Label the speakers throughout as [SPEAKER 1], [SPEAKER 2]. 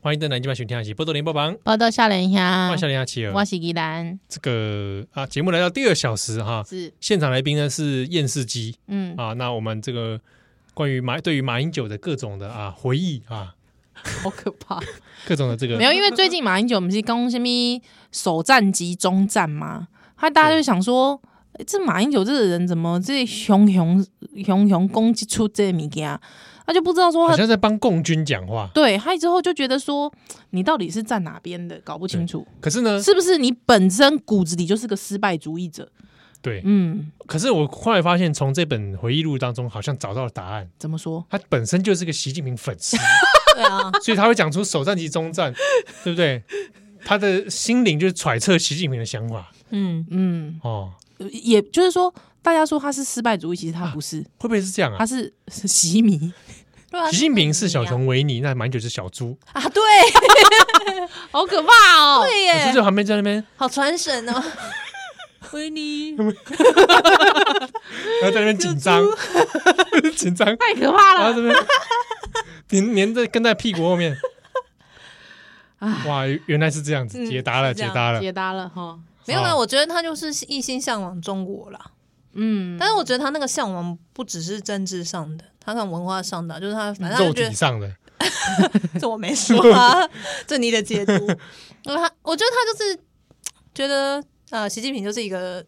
[SPEAKER 1] 欢迎登来今晚收听的是《波多连播榜》，
[SPEAKER 2] 报道笑脸
[SPEAKER 1] 欢
[SPEAKER 2] 乡
[SPEAKER 1] 迎，笑脸阿奇
[SPEAKER 2] 我
[SPEAKER 1] 尔。
[SPEAKER 2] 是吉兰，
[SPEAKER 1] 这个啊，节目来到第二小时哈，
[SPEAKER 2] 是
[SPEAKER 1] 现场来宾呢是验视机
[SPEAKER 2] 嗯，
[SPEAKER 1] 啊。那我们这个关于马对于马英九的各种的啊回忆啊，
[SPEAKER 2] 好可怕。
[SPEAKER 1] 各种的这个
[SPEAKER 2] 没有，因为最近马英九不是刚什么首战及中战嘛，他大家就想说，诶这马英九这个人怎么这熊熊熊熊攻击出这物件，啊他就不知道说
[SPEAKER 1] 好
[SPEAKER 2] 他
[SPEAKER 1] 像在帮共军讲话。
[SPEAKER 2] 对他之后就觉得说你到底是站哪边的，搞不清楚，
[SPEAKER 1] 可是呢，
[SPEAKER 2] 是不是你本身骨子里就是个失败主义者？
[SPEAKER 1] 对，
[SPEAKER 2] 嗯，
[SPEAKER 1] 可是我后来发现，从这本回忆录当中好像找到了答案。
[SPEAKER 2] 怎么说？
[SPEAKER 1] 他本身就是个习近平粉 丝，
[SPEAKER 3] 对啊，
[SPEAKER 1] 所以他会讲出首战及中战，对不对？他的心灵就是揣测习近平的想法
[SPEAKER 3] 嗯，
[SPEAKER 2] 嗯，
[SPEAKER 1] 哦，
[SPEAKER 2] 也就是说，大家说他是失败主义，其实他不是，
[SPEAKER 1] 会不会是这样啊
[SPEAKER 2] 他？是是习迷。
[SPEAKER 3] 对啊，
[SPEAKER 1] 习近平是小
[SPEAKER 3] 这个
[SPEAKER 1] 熊维尼，那马英九是小猪，
[SPEAKER 3] 啊，对
[SPEAKER 2] 好可怕哦！
[SPEAKER 3] 对
[SPEAKER 1] 我就
[SPEAKER 3] 耶，
[SPEAKER 1] 在旁边在那 边，
[SPEAKER 3] 好传 神哦，维 尼，
[SPEAKER 1] 呃然后在那边紧张， 紧张，
[SPEAKER 2] 太可怕
[SPEAKER 1] 然
[SPEAKER 2] 了
[SPEAKER 1] 后！这边黏黏着跟在屁股后面。哇，原来是这样子，
[SPEAKER 3] 嗯
[SPEAKER 1] 解答了，
[SPEAKER 3] 是这
[SPEAKER 1] 解
[SPEAKER 3] 样
[SPEAKER 1] 答了。
[SPEAKER 2] 解答了哈。
[SPEAKER 3] 没有啦，
[SPEAKER 1] 哦
[SPEAKER 3] 我觉得他就是一心向往中国啦，
[SPEAKER 2] 嗯，
[SPEAKER 3] 但是我觉得他那个向往不只是政治上的，他看文化上的，啊就是他反正他
[SPEAKER 1] 肉
[SPEAKER 3] 就觉
[SPEAKER 1] 体
[SPEAKER 3] 得
[SPEAKER 1] 上的，
[SPEAKER 3] 这我没说啊， 这你的解读。然后他，我觉得他就是觉得呃，习近平就是一个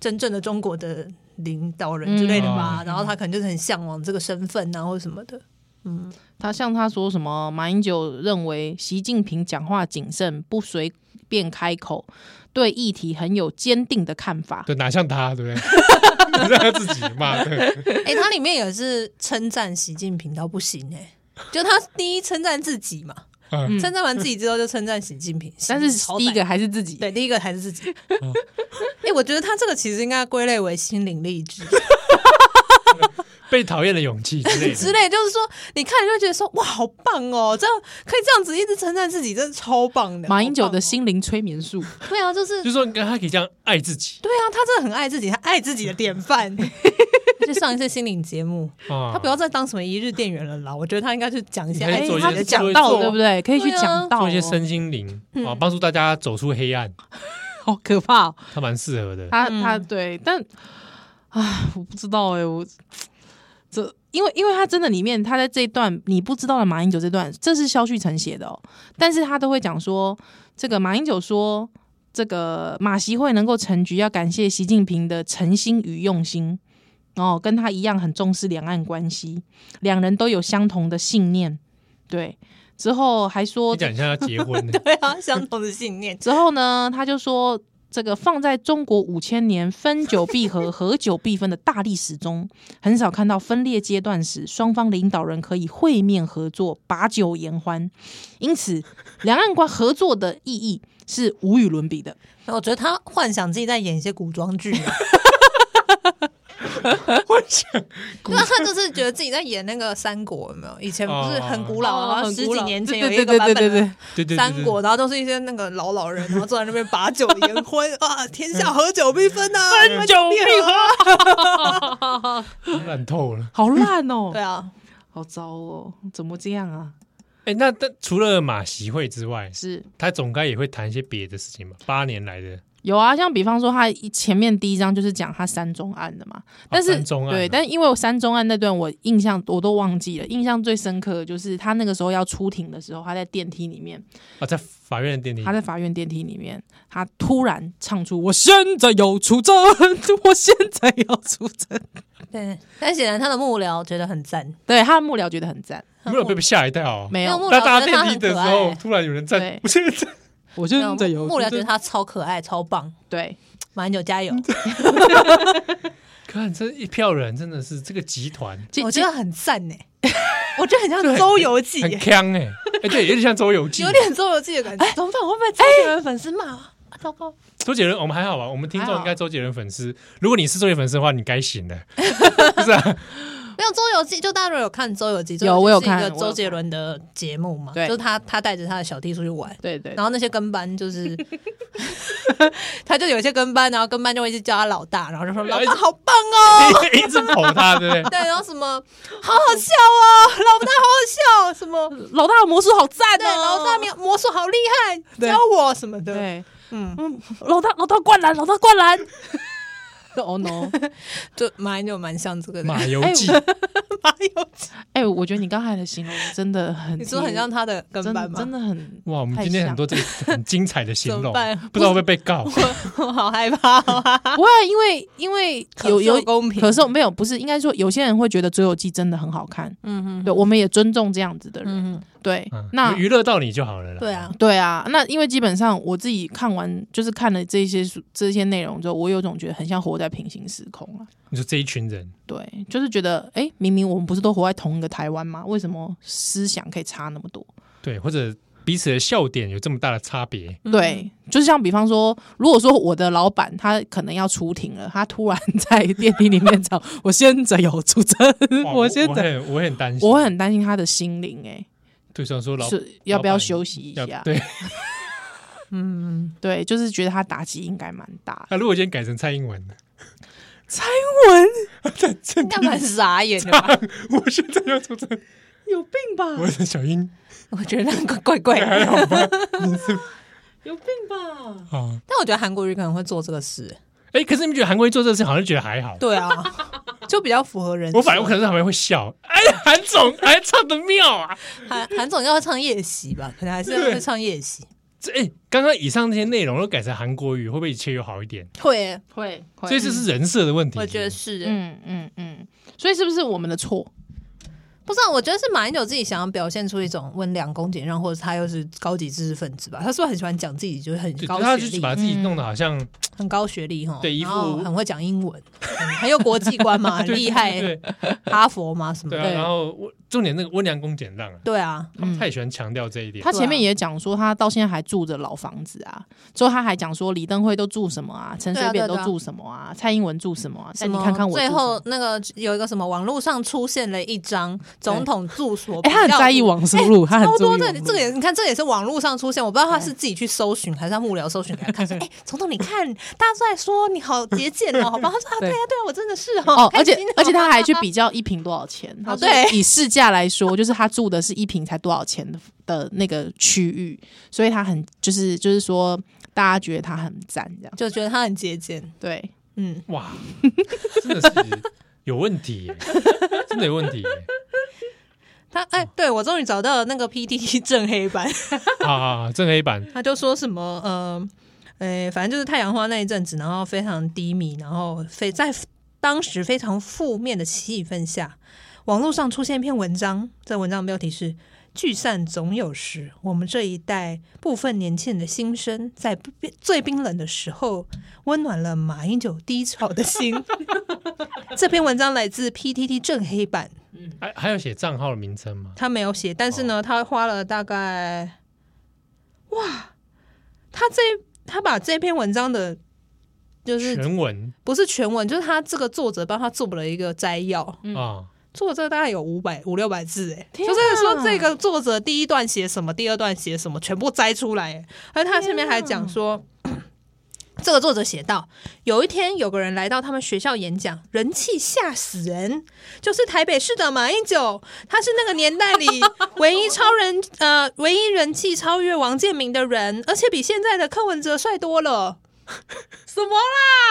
[SPEAKER 3] 真正的中国的领导人之类的吧，
[SPEAKER 1] 嗯
[SPEAKER 3] 然后他可能就是很向往这个身份啊，或者什么的。嗯，
[SPEAKER 2] 他像他说什么，马英九认为习近平讲话谨慎，不随便开口，对议题很有坚定的看法。
[SPEAKER 1] 对，哪像他，对不 对？哪像他自己嘛，对，
[SPEAKER 2] 嗯
[SPEAKER 3] 哎、他里面也是称赞习近平到不行哎、就他第一称赞自己嘛，
[SPEAKER 1] 嗯
[SPEAKER 3] 称赞完自己之后就称赞习近平，
[SPEAKER 2] 但
[SPEAKER 3] 习
[SPEAKER 2] 是
[SPEAKER 3] 超
[SPEAKER 2] 第一
[SPEAKER 3] 赞
[SPEAKER 2] 个还是自己，
[SPEAKER 3] 对第一个还是自己。哎、
[SPEAKER 1] 嗯
[SPEAKER 3] 我觉得他这个其实应该归类为心灵励志。
[SPEAKER 1] 被讨厌的勇气之类的，
[SPEAKER 3] 之类，就是说你看你就觉得说哇，好棒哦，这样可以这样子一直称赞自己，真的超棒哦的。
[SPEAKER 2] 马英九的
[SPEAKER 3] 好
[SPEAKER 2] 心灵催眠术，
[SPEAKER 3] 棒哦对啊，就是
[SPEAKER 1] 就是说你看他可以这样爱自己
[SPEAKER 3] 对啊，他真的很爱自己，他爱自己的典 范。 就上一次心灵节目，
[SPEAKER 1] 啊，
[SPEAKER 3] 他不要再当什么一日店员了啦，我觉得他应该去讲一些
[SPEAKER 1] 你可以
[SPEAKER 3] 爱
[SPEAKER 1] 做
[SPEAKER 3] 自
[SPEAKER 1] 一
[SPEAKER 3] 己
[SPEAKER 1] 些
[SPEAKER 3] 的讲
[SPEAKER 1] 做一
[SPEAKER 3] 道，
[SPEAKER 2] 到对不对？可以去
[SPEAKER 3] 对啊
[SPEAKER 2] 讲到
[SPEAKER 1] 做
[SPEAKER 2] 哦
[SPEAKER 1] 一些身心灵
[SPEAKER 3] 嗯
[SPEAKER 1] 啊，帮助大家走出黑暗，
[SPEAKER 2] 好可怕哦。
[SPEAKER 1] 他蛮适合的。
[SPEAKER 2] 他
[SPEAKER 3] 嗯
[SPEAKER 2] 他对，但啊，我不知道哎，我这因为因为他真的里面他在这一段你不知道的马英九这段，这是萧旭成写的哦，但是他都会讲说，这个马英九说，这个马习会能够成局，要感谢习近平的诚心与用心。哦，跟他一样很重视两岸关系，两人都有相同的信念。对，之后还说
[SPEAKER 1] 你讲一下要结婚呢
[SPEAKER 3] ，对啊，相同的信念。
[SPEAKER 2] 之后呢，他就说这个放在中国五千年分久必合、合久必分的大历史中，很少看到分裂阶段时双方领导人可以会面合作、把酒言欢。因此，两岸关合作的意义是无与伦比的。
[SPEAKER 3] 然后我觉得他幻想自己在演一些古装剧 啊，对啊，他就是觉得自己在演那个三国，有没有？以前不是哦很古老，然后十几年前有一个版本 的
[SPEAKER 1] 对对对，
[SPEAKER 3] 三国，然后都是一些那个老老人，然后坐在那边把酒言欢 啊，天下合久必分呐、啊，分
[SPEAKER 2] 久必
[SPEAKER 3] 合。
[SPEAKER 1] 对烂透了。
[SPEAKER 2] 好烂哦
[SPEAKER 3] 对，啊，
[SPEAKER 2] 好糟哦，怎么这样啊？
[SPEAKER 1] 哎，那但除了马习会之外，
[SPEAKER 2] 是
[SPEAKER 1] 他总该也会谈一些别的事情吧？八年来的，
[SPEAKER 2] 有啊，像比方说他一前面第一章就是讲他三中案的嘛，但是、
[SPEAKER 1] 三中案啊
[SPEAKER 2] 对，但因为我三中案那段我印象我都忘记了，印象最深刻的就是他那个时候要出庭的时候，他在电梯里面，
[SPEAKER 1] 啊，在法院的电梯
[SPEAKER 2] 他，在法院电梯里面，他突然唱出“我现在要出征，我现在要出征
[SPEAKER 3] 对，但显然他的幕僚觉得很赞”，。
[SPEAKER 2] 对，他的幕僚觉得很赞，
[SPEAKER 1] 没有被被吓一跳。
[SPEAKER 2] 没有
[SPEAKER 3] 幕，
[SPEAKER 1] 大
[SPEAKER 3] 僚
[SPEAKER 1] 家
[SPEAKER 3] 觉得
[SPEAKER 1] 电
[SPEAKER 3] 他
[SPEAKER 1] 梯
[SPEAKER 3] 很
[SPEAKER 1] 的时
[SPEAKER 3] 可
[SPEAKER 1] 候，
[SPEAKER 3] 爱，
[SPEAKER 1] 突然有人站
[SPEAKER 2] 对，
[SPEAKER 1] 不是站
[SPEAKER 2] 我
[SPEAKER 3] 没有
[SPEAKER 2] 现在有
[SPEAKER 3] 幕僚觉得他超可爱、超棒，
[SPEAKER 2] 对，
[SPEAKER 3] 马英九加油！
[SPEAKER 1] 看这一票人真的是这个集团
[SPEAKER 2] 接
[SPEAKER 3] 我觉得很赞呢、我觉得很像《周游记、
[SPEAKER 1] 很
[SPEAKER 3] 欸》，
[SPEAKER 1] 强哎，哎对，有点像周游记，
[SPEAKER 2] 哎
[SPEAKER 3] 有点《周游记》的感觉。怎么办？我会不会超级有粉丝骂我？糟糕，
[SPEAKER 1] 周杰伦我们还好吧？我们听
[SPEAKER 2] 还
[SPEAKER 1] 众
[SPEAKER 2] 好
[SPEAKER 1] 应该周杰伦粉丝，如果你是周杰伦粉丝的话，你该醒了。
[SPEAKER 3] 没有《周游记》，就大家如果有看《周游记》，
[SPEAKER 2] 有我有看
[SPEAKER 3] 是一
[SPEAKER 2] 我
[SPEAKER 3] 个
[SPEAKER 2] 有看
[SPEAKER 3] 周杰伦的节目嘛，
[SPEAKER 2] 对
[SPEAKER 3] 就是他他带着他的小弟出去玩，
[SPEAKER 2] 对对
[SPEAKER 3] 然后那些跟班就是， 他就有一些跟班，然后跟班就会一直叫他老大，然后就说老大好棒哦，
[SPEAKER 1] 一直捧他，对不对？
[SPEAKER 3] 对，然后什么好好笑哦，老大好好笑，什么
[SPEAKER 2] 老大的魔术好赞
[SPEAKER 3] 对，
[SPEAKER 2] 哦，
[SPEAKER 3] 老大魔魔术好厉害，
[SPEAKER 2] 对
[SPEAKER 3] 教我什么的，
[SPEAKER 2] 对，
[SPEAKER 3] 嗯，
[SPEAKER 2] 嗯，老大老大灌篮，老大灌篮 ，Oh no！
[SPEAKER 3] 就蛮就蛮像这个的，
[SPEAKER 1] 马游记，
[SPEAKER 3] 马友，
[SPEAKER 2] 哎、我觉得你刚才的形容真的很，
[SPEAKER 3] 你说很像他的跟
[SPEAKER 2] 真的
[SPEAKER 3] 班吗？
[SPEAKER 2] 真的很
[SPEAKER 1] 哇，我们
[SPEAKER 2] 太
[SPEAKER 1] 今天
[SPEAKER 2] 像
[SPEAKER 1] 很多这个很精彩的形
[SPEAKER 3] 怎么
[SPEAKER 1] 容
[SPEAKER 3] 办，
[SPEAKER 1] 不知道会不会被告。
[SPEAKER 3] 我 好害怕、哦，
[SPEAKER 2] 不会，啊因为因为有有
[SPEAKER 3] 可受公平，
[SPEAKER 2] 可是没有，不是应该说有些人会觉得《追游记》真的很好看，
[SPEAKER 3] 嗯嗯
[SPEAKER 2] 对，我们也尊重这样子的人，
[SPEAKER 3] 嗯
[SPEAKER 2] 对，
[SPEAKER 1] 嗯
[SPEAKER 2] 那
[SPEAKER 1] 娱乐到你就好了啦。
[SPEAKER 3] 嗯，对啊，
[SPEAKER 2] 对啊，那因为基本上我自己看完，就是看了这些书这些内容之后，我有种觉得很像活在平行时空了。
[SPEAKER 1] 你说这一群人，
[SPEAKER 2] 对，就是觉得，哎、明明我们不是都活在同一个台湾吗？为什么思想可以差那么多？
[SPEAKER 1] 对，或者彼此的笑点有这么大的差别，
[SPEAKER 2] 对，就是像比方说，如果说我的老板他可能要出庭了，他突然在电梯里面讲“我先者有出征
[SPEAKER 1] 哇”，
[SPEAKER 2] 我先
[SPEAKER 1] 我
[SPEAKER 2] 者，
[SPEAKER 1] 很我很担心，
[SPEAKER 2] 我会很担心他的心灵、
[SPEAKER 1] 对，想说老
[SPEAKER 2] 哎，是要不要
[SPEAKER 1] 老板
[SPEAKER 2] 休息一
[SPEAKER 1] 要
[SPEAKER 2] 下？
[SPEAKER 1] 对， 啊
[SPEAKER 3] 嗯，
[SPEAKER 2] 对，就是觉得他打击应该蛮大的。
[SPEAKER 1] 那如果今天改成蔡英文呢？
[SPEAKER 3] 应该蛮傻眼的
[SPEAKER 1] 啊
[SPEAKER 3] 吧？
[SPEAKER 1] 我现在要出征，
[SPEAKER 2] 有病吧
[SPEAKER 1] 我？是小英，
[SPEAKER 3] 我觉得那个怪 怪的，
[SPEAKER 1] 还好吧？你是
[SPEAKER 2] 有病吧？
[SPEAKER 1] 啊，
[SPEAKER 3] 但我觉得韩国瑜可能会做这个事。
[SPEAKER 1] 哎，可是你们觉得韩国瑜做这个事好像觉得还好，
[SPEAKER 3] 对啊，就比较符合人设。
[SPEAKER 1] 我反而我可能在旁边会笑，哎，韩总 还唱的妙啊！
[SPEAKER 3] 韩韩总要唱夜袭吧，可能还是会唱夜袭。
[SPEAKER 1] 这哎，刚刚以上那些内容都改成韩国语，会不会一切又好一点？
[SPEAKER 3] 会，
[SPEAKER 2] 会，会
[SPEAKER 1] 所以这是人设的问题。
[SPEAKER 3] 我觉得是。
[SPEAKER 2] 嗯嗯嗯，所以是不是我们的错？
[SPEAKER 3] 不是、啊，我觉得是马英九自己想要表现出一种温良恭俭让，或者他又是高级知识分子吧？他是不是很喜欢讲自己就是很
[SPEAKER 1] 对，
[SPEAKER 3] 高
[SPEAKER 1] 他
[SPEAKER 3] 学
[SPEAKER 1] 就是
[SPEAKER 3] 历、
[SPEAKER 1] 把自己弄得好像
[SPEAKER 3] 很高学历哈？
[SPEAKER 1] 对一副
[SPEAKER 3] 然后很会讲英文，很很有国际 观嘛，很厉害，
[SPEAKER 1] 对
[SPEAKER 3] 哈佛嘛什么
[SPEAKER 1] 对
[SPEAKER 3] 的。
[SPEAKER 1] 啊。
[SPEAKER 2] 对
[SPEAKER 1] 然后我重点那个温良恭俭让啊，
[SPEAKER 3] 对啊，
[SPEAKER 1] 他们太喜欢强调这一点。
[SPEAKER 2] 他前面也讲说，他到现在还住着老房子啊，之后他还讲说李登辉都住什么啊，陈水扁都住什么啊，蔡英文住什么啊，
[SPEAKER 3] 什
[SPEAKER 2] 但你
[SPEAKER 3] 么？
[SPEAKER 2] 看看我住
[SPEAKER 3] 最
[SPEAKER 2] 什么
[SPEAKER 3] 后，那个有一个什么网络上出现了一张总统住所，
[SPEAKER 2] 哎、他很在意网速路，他很
[SPEAKER 3] 超
[SPEAKER 2] 注
[SPEAKER 3] 多
[SPEAKER 2] 意
[SPEAKER 3] 的
[SPEAKER 2] 网，速
[SPEAKER 3] 这个
[SPEAKER 2] 路
[SPEAKER 3] 也你看，这也是网络上出现，我不知道他是自己去搜寻还是他幕僚搜寻给 他看，说哎，总统你看，大家都在说你好节俭哦，好吧？他说啊，
[SPEAKER 2] 对
[SPEAKER 3] 对啊，对啊，我真的是
[SPEAKER 2] 哦
[SPEAKER 3] 哦，，
[SPEAKER 2] 而且
[SPEAKER 3] 开心哦
[SPEAKER 2] 而且他 还去比较一瓶多少钱，他说
[SPEAKER 3] 对
[SPEAKER 2] 以市价来说，就是他住的是一瓶才多少钱的的那个区域，所以他很就是就是说大家觉得他很赞这样，
[SPEAKER 3] 就觉得他很节俭，
[SPEAKER 2] 对，
[SPEAKER 3] 嗯，
[SPEAKER 1] 哇， 真的是有问题耶， 真的有问题耶。
[SPEAKER 3] 他哎，对我终于找到了那个 PDT 正 黑板，
[SPEAKER 1] 啊，正黑板
[SPEAKER 3] 他就说什么呃，诶，反正就是太阳花那一阵子，然后非常低迷，然后非在当时非常负面的气氛下，网络上出现一篇文章，这文章的标题是“聚散总有时”，我们这一代部分年轻人的心声，在不最冰冷的时候，温暖了马英九低潮的心。 这篇文章来自 PTT 正黑板，
[SPEAKER 1] 还还有写账号的名称吗？
[SPEAKER 3] 他没有写，但是
[SPEAKER 2] 哦
[SPEAKER 3] 呢，他花了大概，哇，他这他把这篇文章的，就是
[SPEAKER 1] 全文
[SPEAKER 3] 不是全文，就是他这个作者帮他做了一个摘要，
[SPEAKER 2] 嗯
[SPEAKER 1] 啊，
[SPEAKER 3] 作者大概有五百五六百字，哎，就
[SPEAKER 2] 天啊
[SPEAKER 3] 是说这个作者第一段写什么，第二段写什么，全部摘出来，哎而他下面还讲说。
[SPEAKER 2] 啊
[SPEAKER 3] 这个作者写道：有一天，有个人来到他们学校演讲，人气吓死人，就是台北市的马英九，他是那个年代里唯一超人，呃，唯一人气超越王建民的人，而且比现在的柯文哲帅多了。什么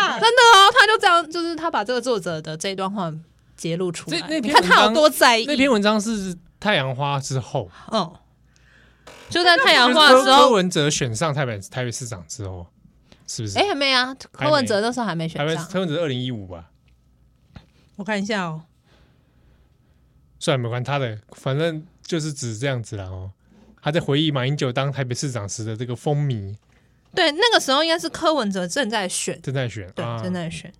[SPEAKER 3] 啦？真的哦，他就这样，就是他把这个作者的这一段话揭露出来
[SPEAKER 1] 这那，篇
[SPEAKER 3] 你看他有
[SPEAKER 1] 文章
[SPEAKER 3] 多在意。
[SPEAKER 1] 那篇文章是太阳花之后，
[SPEAKER 3] 哦，就在太阳花
[SPEAKER 1] 就是
[SPEAKER 3] 的时
[SPEAKER 1] 柯柯
[SPEAKER 3] 候，
[SPEAKER 1] 文哲选上台北台北市长之后，是不是？
[SPEAKER 3] 哎、还没啊，柯文哲那时候还没选
[SPEAKER 1] 台北
[SPEAKER 3] 上。
[SPEAKER 1] 柯文哲二零一五吧，
[SPEAKER 3] 我看一下哦，
[SPEAKER 1] 算了，没管他的，反正就是指这样子啦哦。他在回忆马英九当台北市长时的这个风靡，
[SPEAKER 3] 对，那个时候应该是柯文哲正在选，
[SPEAKER 1] 正在选
[SPEAKER 3] 对，
[SPEAKER 1] 啊，
[SPEAKER 3] 正在选。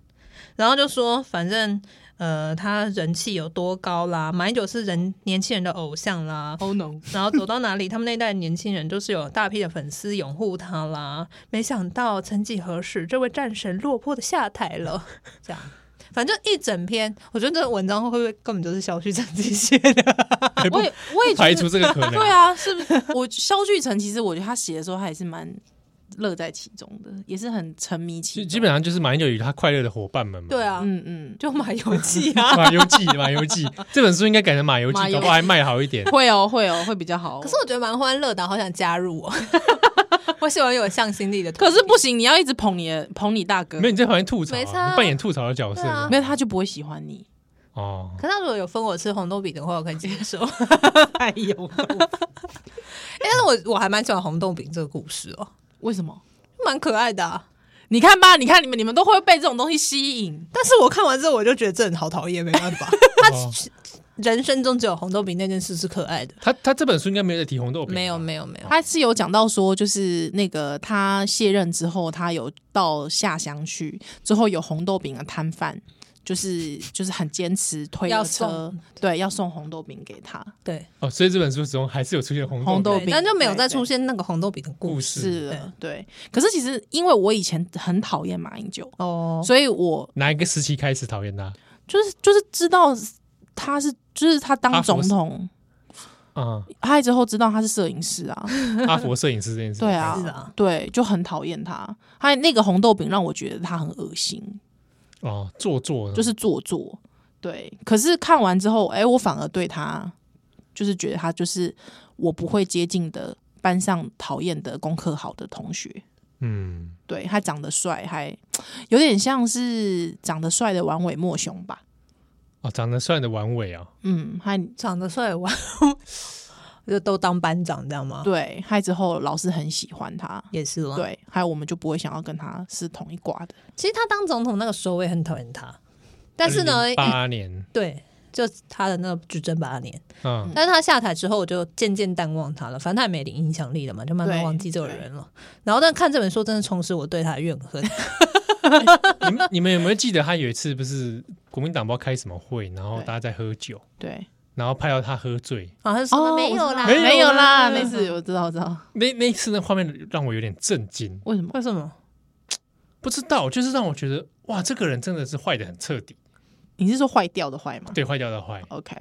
[SPEAKER 3] 然后就说，反正呃，他人气有多高啦，马英九是人年轻人的偶像啦，
[SPEAKER 2] Oh no！
[SPEAKER 3] 然后走到哪里，他们 那一代年轻人就是有大批的粉丝拥护他啦。没想到，曾几何时，这位战神落魄的下台了。 这样，反正一整篇，我觉得这文章会不会根本就是小旭成绩写的？
[SPEAKER 2] 我也我也
[SPEAKER 1] 排
[SPEAKER 2] 觉
[SPEAKER 1] 除
[SPEAKER 2] 得，
[SPEAKER 1] 这个可能。
[SPEAKER 2] 对啊，是不是？我萧旭成其实我觉得他写的时候，他也是蛮乐在其中的，也是很沉迷其
[SPEAKER 1] 基
[SPEAKER 2] 中。
[SPEAKER 1] 基本上就是马英九与他快乐的伙伴们嘛。
[SPEAKER 3] 对啊，
[SPEAKER 2] 嗯嗯，
[SPEAKER 3] 就买游记啊。
[SPEAKER 1] 马游记，马游记这本书应该改成马游记
[SPEAKER 2] 马，游
[SPEAKER 1] 搞不好还卖好 一点。
[SPEAKER 2] 会哦会哦会比较好哦。
[SPEAKER 3] 可是我觉得蛮欢乐的，好想加入哦。 我喜欢有向心力的团
[SPEAKER 2] 可
[SPEAKER 3] 体，
[SPEAKER 2] 是不行，你要一直捧你的捧你大哥，
[SPEAKER 1] 没有你在旁边吐槽啊，
[SPEAKER 3] 没差啊
[SPEAKER 1] 你扮演吐槽的角色
[SPEAKER 3] 对啊
[SPEAKER 2] 没有他就不会喜欢你。
[SPEAKER 1] 哦。
[SPEAKER 3] 可是他如果有分我吃红豆饼的话，我可以接受。哎、
[SPEAKER 2] 哎呦，
[SPEAKER 3] 但是我我还蛮喜欢红豆饼这个故事哦，
[SPEAKER 2] 为什么？
[SPEAKER 3] 蛮可爱的、啊。
[SPEAKER 2] 你看吧，你看你们你们都会被这种东西吸引。
[SPEAKER 3] 但是我看完之后，我就觉得这人好讨厌，没办 法。
[SPEAKER 1] 哦
[SPEAKER 3] 人生中只有红豆饼那件事是可爱的，
[SPEAKER 1] 他他这本书应该没有在提红豆
[SPEAKER 2] 啊
[SPEAKER 1] 饼吧，
[SPEAKER 3] 没有没有没有，
[SPEAKER 2] 他是有讲到说，就是那个他卸任之后，他有到下乡去，之后有红豆饼的摊贩，就是就是很坚持推
[SPEAKER 3] 要
[SPEAKER 2] 了车
[SPEAKER 3] 送，
[SPEAKER 2] 对，要送红豆饼给他。
[SPEAKER 3] 对
[SPEAKER 1] 哦，所以这本书中还是有出现红
[SPEAKER 2] 红
[SPEAKER 1] 豆
[SPEAKER 2] 豆
[SPEAKER 1] 饼
[SPEAKER 2] 饼
[SPEAKER 3] 对，但就没有再
[SPEAKER 2] 对
[SPEAKER 3] 出现那个红豆饼的故
[SPEAKER 1] 故事。
[SPEAKER 3] 事
[SPEAKER 2] 是的，对。可是其实因为我以前很讨厌马英九，
[SPEAKER 3] 哦。
[SPEAKER 2] 所以我
[SPEAKER 1] 哪一个时期开始讨厌他？
[SPEAKER 2] 就是就是知道他是就是他
[SPEAKER 1] 阿
[SPEAKER 2] 当
[SPEAKER 1] 佛
[SPEAKER 2] 总
[SPEAKER 1] 斯
[SPEAKER 2] 统，
[SPEAKER 1] 啊，
[SPEAKER 2] 他之后知道他是摄影师啊。
[SPEAKER 1] 阿佛摄影师这件事，
[SPEAKER 2] 对啊，
[SPEAKER 3] 是啊
[SPEAKER 2] 对，就很讨厌他。他那个红豆饼让我觉得他很恶心，
[SPEAKER 1] 哦，做作
[SPEAKER 2] 就是做作。对，可是看完之后，哎、我反而对他就是觉得他就是我不会接近的班上讨厌的功课好的同学。
[SPEAKER 1] 嗯，
[SPEAKER 2] 对他长得帅，还有点像是长得帅的王伟莫雄吧。
[SPEAKER 1] 哦，长得帅的丸尾啊，
[SPEAKER 2] 嗯，还
[SPEAKER 3] 长得帅完，就都当班长，这样吗？
[SPEAKER 2] 对，还之后老师很喜欢他。
[SPEAKER 3] 也是啦。，
[SPEAKER 2] 对，还有我们就不会想要跟他是同一挂的。
[SPEAKER 3] 其实他当总统那个时候，我也很讨厌他。但是呢，
[SPEAKER 1] 八年，
[SPEAKER 3] 对，就他的那个执政八年，
[SPEAKER 1] 嗯，
[SPEAKER 3] 但是他下台之后，我就渐渐淡忘他了。反正他也没影响力了嘛，就慢慢
[SPEAKER 2] 对
[SPEAKER 3] 忘记这个人了。然后，但看这本书，真的重拾我对他的怨恨。
[SPEAKER 1] 你们你们有没有记得他有一次不是国民党不知道开什么会，然后
[SPEAKER 2] 对
[SPEAKER 1] 大家在喝酒，
[SPEAKER 2] 对，
[SPEAKER 1] 然后拍到他喝醉，
[SPEAKER 3] 好像说没有
[SPEAKER 2] 哦
[SPEAKER 3] 啦，
[SPEAKER 2] 我知道没有啦，没
[SPEAKER 3] 没
[SPEAKER 2] 事，我知道，我知道。
[SPEAKER 1] 那那一次的画面让我有点震惊，
[SPEAKER 2] 为什么？
[SPEAKER 3] 为什么？
[SPEAKER 1] 不知道，就是让我觉得哇，这个人真的是坏的很彻底，
[SPEAKER 2] 你是说坏掉的坏吗？
[SPEAKER 1] 对，坏掉的坏。
[SPEAKER 2] ，OK，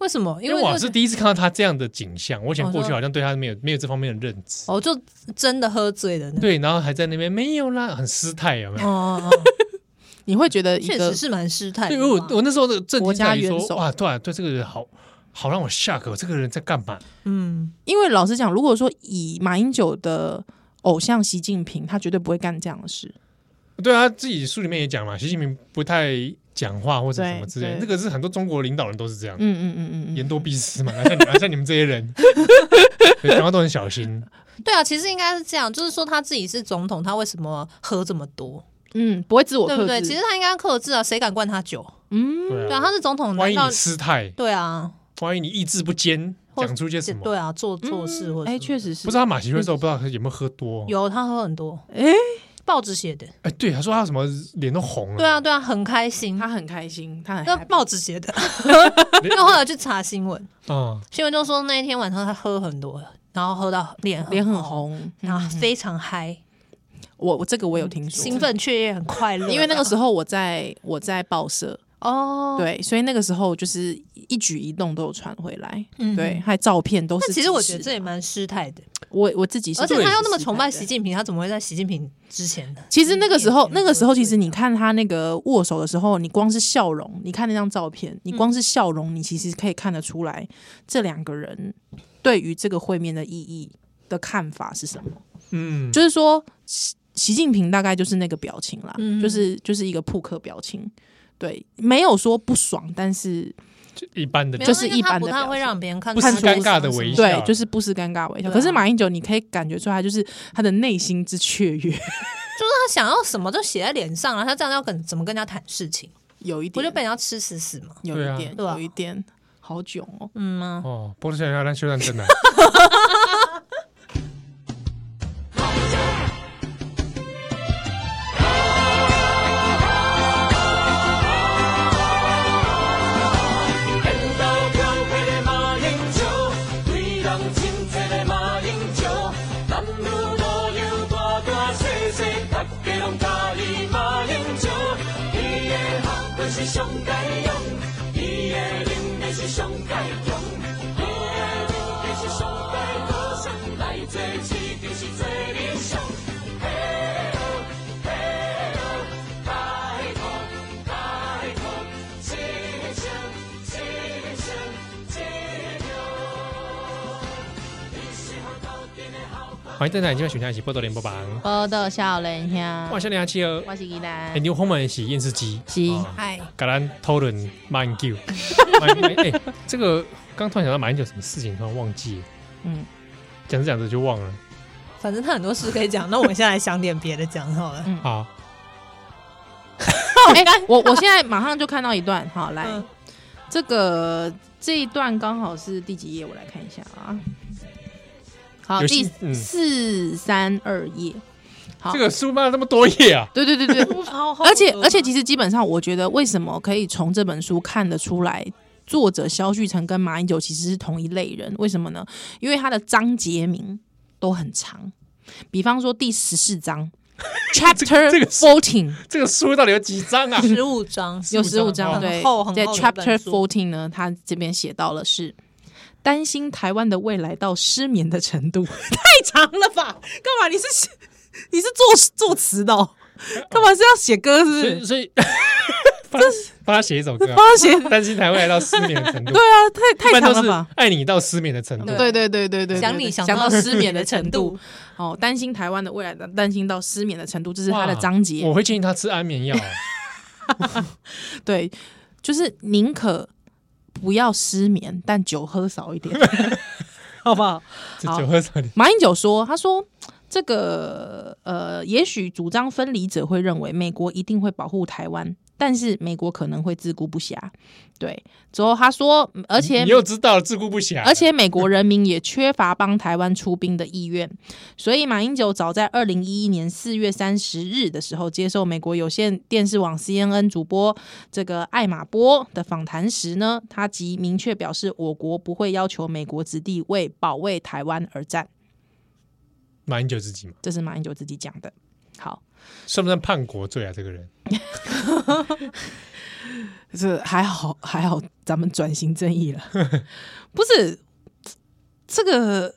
[SPEAKER 3] 为什么？因
[SPEAKER 1] 因
[SPEAKER 3] 为
[SPEAKER 1] 为我
[SPEAKER 3] 就是
[SPEAKER 1] 第一次看到他这样的景象，我以前
[SPEAKER 3] 哦
[SPEAKER 1] 过去
[SPEAKER 3] 就
[SPEAKER 1] 好像对他没有没有这方面的认知，
[SPEAKER 3] 哦，就真的喝醉了呢。
[SPEAKER 1] 对，然后还在那边没有啦，很失态，有没有？
[SPEAKER 3] 哦， 哦，哦
[SPEAKER 2] 你会觉得一
[SPEAKER 3] 确
[SPEAKER 2] 个
[SPEAKER 3] 实是蛮失态
[SPEAKER 1] 对，
[SPEAKER 3] 的嘛。
[SPEAKER 1] 因为我我那时候的震惊
[SPEAKER 2] 国家
[SPEAKER 1] 在于
[SPEAKER 2] 元
[SPEAKER 1] 说，
[SPEAKER 2] 首
[SPEAKER 1] 哇，对啊，对这个人好好让我下口，这个人在干嘛？
[SPEAKER 3] 嗯，
[SPEAKER 2] 因为老实讲，如果说以马英九的偶像习近平，他绝对不会干这样的事。
[SPEAKER 1] 对啊，自己书里面也讲嘛，习近平不太讲话或者什么之类的，
[SPEAKER 2] 对
[SPEAKER 1] 那
[SPEAKER 2] 对
[SPEAKER 1] 个是很多中国领导人都是这样，
[SPEAKER 2] 嗯嗯嗯嗯
[SPEAKER 1] 言
[SPEAKER 2] 嗯，
[SPEAKER 1] 多必失嘛，哪像你哪像你们这些人，对讲话都很小心。
[SPEAKER 3] 对啊，其实应该是这样，就是说他自己是总统，他为什么喝这么多，
[SPEAKER 2] 嗯，不会自我
[SPEAKER 3] 对不
[SPEAKER 2] 克
[SPEAKER 3] 对？
[SPEAKER 2] 制。
[SPEAKER 3] 其实他应该克制啊，谁敢灌他酒？
[SPEAKER 2] 嗯，
[SPEAKER 1] 对
[SPEAKER 3] 对
[SPEAKER 1] 啊
[SPEAKER 3] 啊，，他是总统，
[SPEAKER 1] 万
[SPEAKER 3] 难
[SPEAKER 1] 一
[SPEAKER 3] 道
[SPEAKER 1] 你失态，
[SPEAKER 3] 对啊？
[SPEAKER 1] 万一你意志不坚，
[SPEAKER 3] 或
[SPEAKER 1] 讲出些什么？
[SPEAKER 3] 对啊，做做事或者
[SPEAKER 2] 哎，
[SPEAKER 3] 什么
[SPEAKER 2] 确实是。
[SPEAKER 1] 不知道马习会说不知道他有没有喝多，
[SPEAKER 3] 有他喝很多，
[SPEAKER 2] 哎，
[SPEAKER 3] 报纸写的，
[SPEAKER 1] 哎，对，他说他什么脸都
[SPEAKER 2] 嗯
[SPEAKER 1] 红了，
[SPEAKER 3] 对啊，对啊，很开心。
[SPEAKER 2] 他很开心，他很
[SPEAKER 3] 那
[SPEAKER 2] happy
[SPEAKER 3] 报纸写的， 因为后来去查新闻，
[SPEAKER 1] 啊，
[SPEAKER 3] 新闻就说那一天晚上他喝很多，然后喝到脸
[SPEAKER 2] 脸很，红。嗯
[SPEAKER 3] 然后非常嗨，
[SPEAKER 2] 我我这个我有听说，
[SPEAKER 3] 嗯兴，奋却也很快乐。
[SPEAKER 2] 因为那个时
[SPEAKER 3] 候
[SPEAKER 2] 候我在我在报社，
[SPEAKER 3] 哦，
[SPEAKER 2] 对，所以那个时候就是一举一动都有传回来，
[SPEAKER 3] 嗯
[SPEAKER 2] 对，。还照片都是
[SPEAKER 3] 但
[SPEAKER 2] 即时的。
[SPEAKER 3] 其实我觉得这也蛮失态的，
[SPEAKER 2] 我我自己是
[SPEAKER 3] 而且
[SPEAKER 2] 对
[SPEAKER 3] 他又那
[SPEAKER 2] 是
[SPEAKER 3] 么
[SPEAKER 2] 失
[SPEAKER 3] 崇
[SPEAKER 2] 败
[SPEAKER 3] 拜
[SPEAKER 2] 的
[SPEAKER 3] 习近平，他怎么会在习近平之前呢？
[SPEAKER 2] 其实那个时候
[SPEAKER 3] 你，也
[SPEAKER 2] 那个时候，
[SPEAKER 3] 不会
[SPEAKER 2] 其实你看他那个握手的时候，你光是笑容，你看那张照片，你光是笑容，你其实可以看得出来这两个人对于这个会面的意义的看法是什么。
[SPEAKER 1] 嗯，
[SPEAKER 2] 就是说，习习近平大概就是那个表情啦，
[SPEAKER 3] 嗯
[SPEAKER 2] 就是就是一个扑克表情，对，没有说不爽，但是
[SPEAKER 1] 就一般的
[SPEAKER 3] 没有啊
[SPEAKER 2] 就是
[SPEAKER 3] 因为
[SPEAKER 2] 一
[SPEAKER 3] 他
[SPEAKER 2] 般
[SPEAKER 3] 不
[SPEAKER 2] 的
[SPEAKER 3] 太
[SPEAKER 2] 表
[SPEAKER 3] 会
[SPEAKER 2] 现
[SPEAKER 3] 让别人看
[SPEAKER 1] 不
[SPEAKER 3] 出来
[SPEAKER 2] 是
[SPEAKER 3] 他
[SPEAKER 1] 尴尬
[SPEAKER 3] 在
[SPEAKER 1] 的
[SPEAKER 3] 想
[SPEAKER 1] 微
[SPEAKER 3] 什么
[SPEAKER 1] 笑
[SPEAKER 2] 对，就是不失尴尬微笑。
[SPEAKER 3] 对啊
[SPEAKER 2] 可是马英九，你可以感觉出来，就是他的内心之雀跃，
[SPEAKER 3] 他想要什么都写在脸上啊了，他这样要跟怎么跟人家谈事情？
[SPEAKER 2] 有一
[SPEAKER 3] 不
[SPEAKER 2] 点，
[SPEAKER 3] 就被人家吃死死吗？
[SPEAKER 2] 有
[SPEAKER 1] 对啊
[SPEAKER 2] 一点，
[SPEAKER 3] 对啊
[SPEAKER 2] 有一点，好囧哦。
[SPEAKER 3] 嗯吗？
[SPEAKER 1] 哦，波多小鸭蛋修蛋真的
[SPEAKER 4] 「この勇，一二零那是上海勇，一二零那是上海故乡，来自起点是最理想。嘿哟嘿哟，太空太空，新鲜新鲜奇妙，你是好到底的好朋友。
[SPEAKER 1] 欢迎邓奶今晚选项是波多连播榜，
[SPEAKER 3] 嗯啊
[SPEAKER 2] 报道少年兄，
[SPEAKER 1] 哇，少年阿七儿，
[SPEAKER 2] 我是伊兰
[SPEAKER 1] 哎，，牛红门是验尸机，
[SPEAKER 2] 是
[SPEAKER 1] 哦
[SPEAKER 3] 哎，
[SPEAKER 1] 跟咱讨论马英九。马马哎、这个刚突然想到马英九什么事情，突然忘记了，
[SPEAKER 2] 嗯，
[SPEAKER 1] 讲着讲着就忘了。
[SPEAKER 3] 反正他很多事可以讲，那我们现在想点别的讲好了。
[SPEAKER 1] 好，
[SPEAKER 2] 哎，我我现在马上就看到一段，好来，
[SPEAKER 3] 嗯
[SPEAKER 2] 这个这一段刚好是第几页？我来看一下啊。好，
[SPEAKER 1] 有
[SPEAKER 2] 第
[SPEAKER 1] 戏嗯
[SPEAKER 2] 四三二页。好，
[SPEAKER 1] 这个书卖了那么多页啊，
[SPEAKER 2] 对对对对，
[SPEAKER 3] 嗯好 好
[SPEAKER 2] 而且
[SPEAKER 3] 饿
[SPEAKER 2] 而且，其实基本上，我觉得为什么可以从这本书看得出来，作者萧旭成跟马英九其实是同一类人？为什么呢？因为他的章节名都很长，比方说第十 四章，Chapter
[SPEAKER 1] 这个是
[SPEAKER 2] Fourteen
[SPEAKER 1] 这个书到底有几章啊？
[SPEAKER 3] 十五章
[SPEAKER 2] 有十五章，
[SPEAKER 1] 很
[SPEAKER 2] 对
[SPEAKER 3] 厚很，
[SPEAKER 2] 在
[SPEAKER 3] 厚的一本
[SPEAKER 2] Chapter
[SPEAKER 3] 书
[SPEAKER 2] Fourteen 呢，他这边写到了是。担心台湾的未来到失眠的程度，太长了吧？干嘛？你是 你是作作词的、哦，干嘛是要写 歌？是
[SPEAKER 1] 所以？
[SPEAKER 2] 不是
[SPEAKER 1] 所以帮帮他写一首歌、啊，
[SPEAKER 2] 帮他写
[SPEAKER 1] 担心台湾来到失眠的程度，
[SPEAKER 2] 对啊，太
[SPEAKER 1] 一
[SPEAKER 2] 太
[SPEAKER 1] 般
[SPEAKER 2] 长
[SPEAKER 1] 都
[SPEAKER 2] 了
[SPEAKER 1] 是
[SPEAKER 2] 吧？
[SPEAKER 1] 爱你到失眠的程度。
[SPEAKER 2] 对对对对对，
[SPEAKER 3] 想
[SPEAKER 2] 对
[SPEAKER 3] 你
[SPEAKER 2] 对
[SPEAKER 3] 想
[SPEAKER 2] 想
[SPEAKER 3] 到
[SPEAKER 2] 到失眠的
[SPEAKER 3] 的程
[SPEAKER 2] 程
[SPEAKER 3] 度
[SPEAKER 2] 度，哦，担心台湾的未来的，担心到失眠的程度，这是他的
[SPEAKER 1] 哇
[SPEAKER 2] 章节
[SPEAKER 1] 我。会建议他吃安眠药、啊。
[SPEAKER 2] 对，就是宁可不要失眠，但酒喝少一点。
[SPEAKER 3] 好不好？
[SPEAKER 1] 这
[SPEAKER 2] 好
[SPEAKER 1] 酒喝少点，
[SPEAKER 2] 马英九说：“他说这个呃，也许主张分离者会认为美国一定会保护台湾，但是美国可能会自顾不暇。”对，之后他说，而且
[SPEAKER 1] 你又知道了自顾不暇，啊
[SPEAKER 2] 而且美国人民也缺乏帮台湾出兵的意愿，所以马英九早在二零一一年四月三十日的时候，接受美国有线电视网 CNN 主播这个艾马波的访谈时呢，他即明确表示，我国不会要求美国子弟为保卫台湾而战，
[SPEAKER 1] 马英九自己嘛，
[SPEAKER 2] 这是马英九自己讲的。好，
[SPEAKER 1] 算不算叛国罪啊？这个人
[SPEAKER 2] 这还好还好，咱们转型正义了， 不是这个。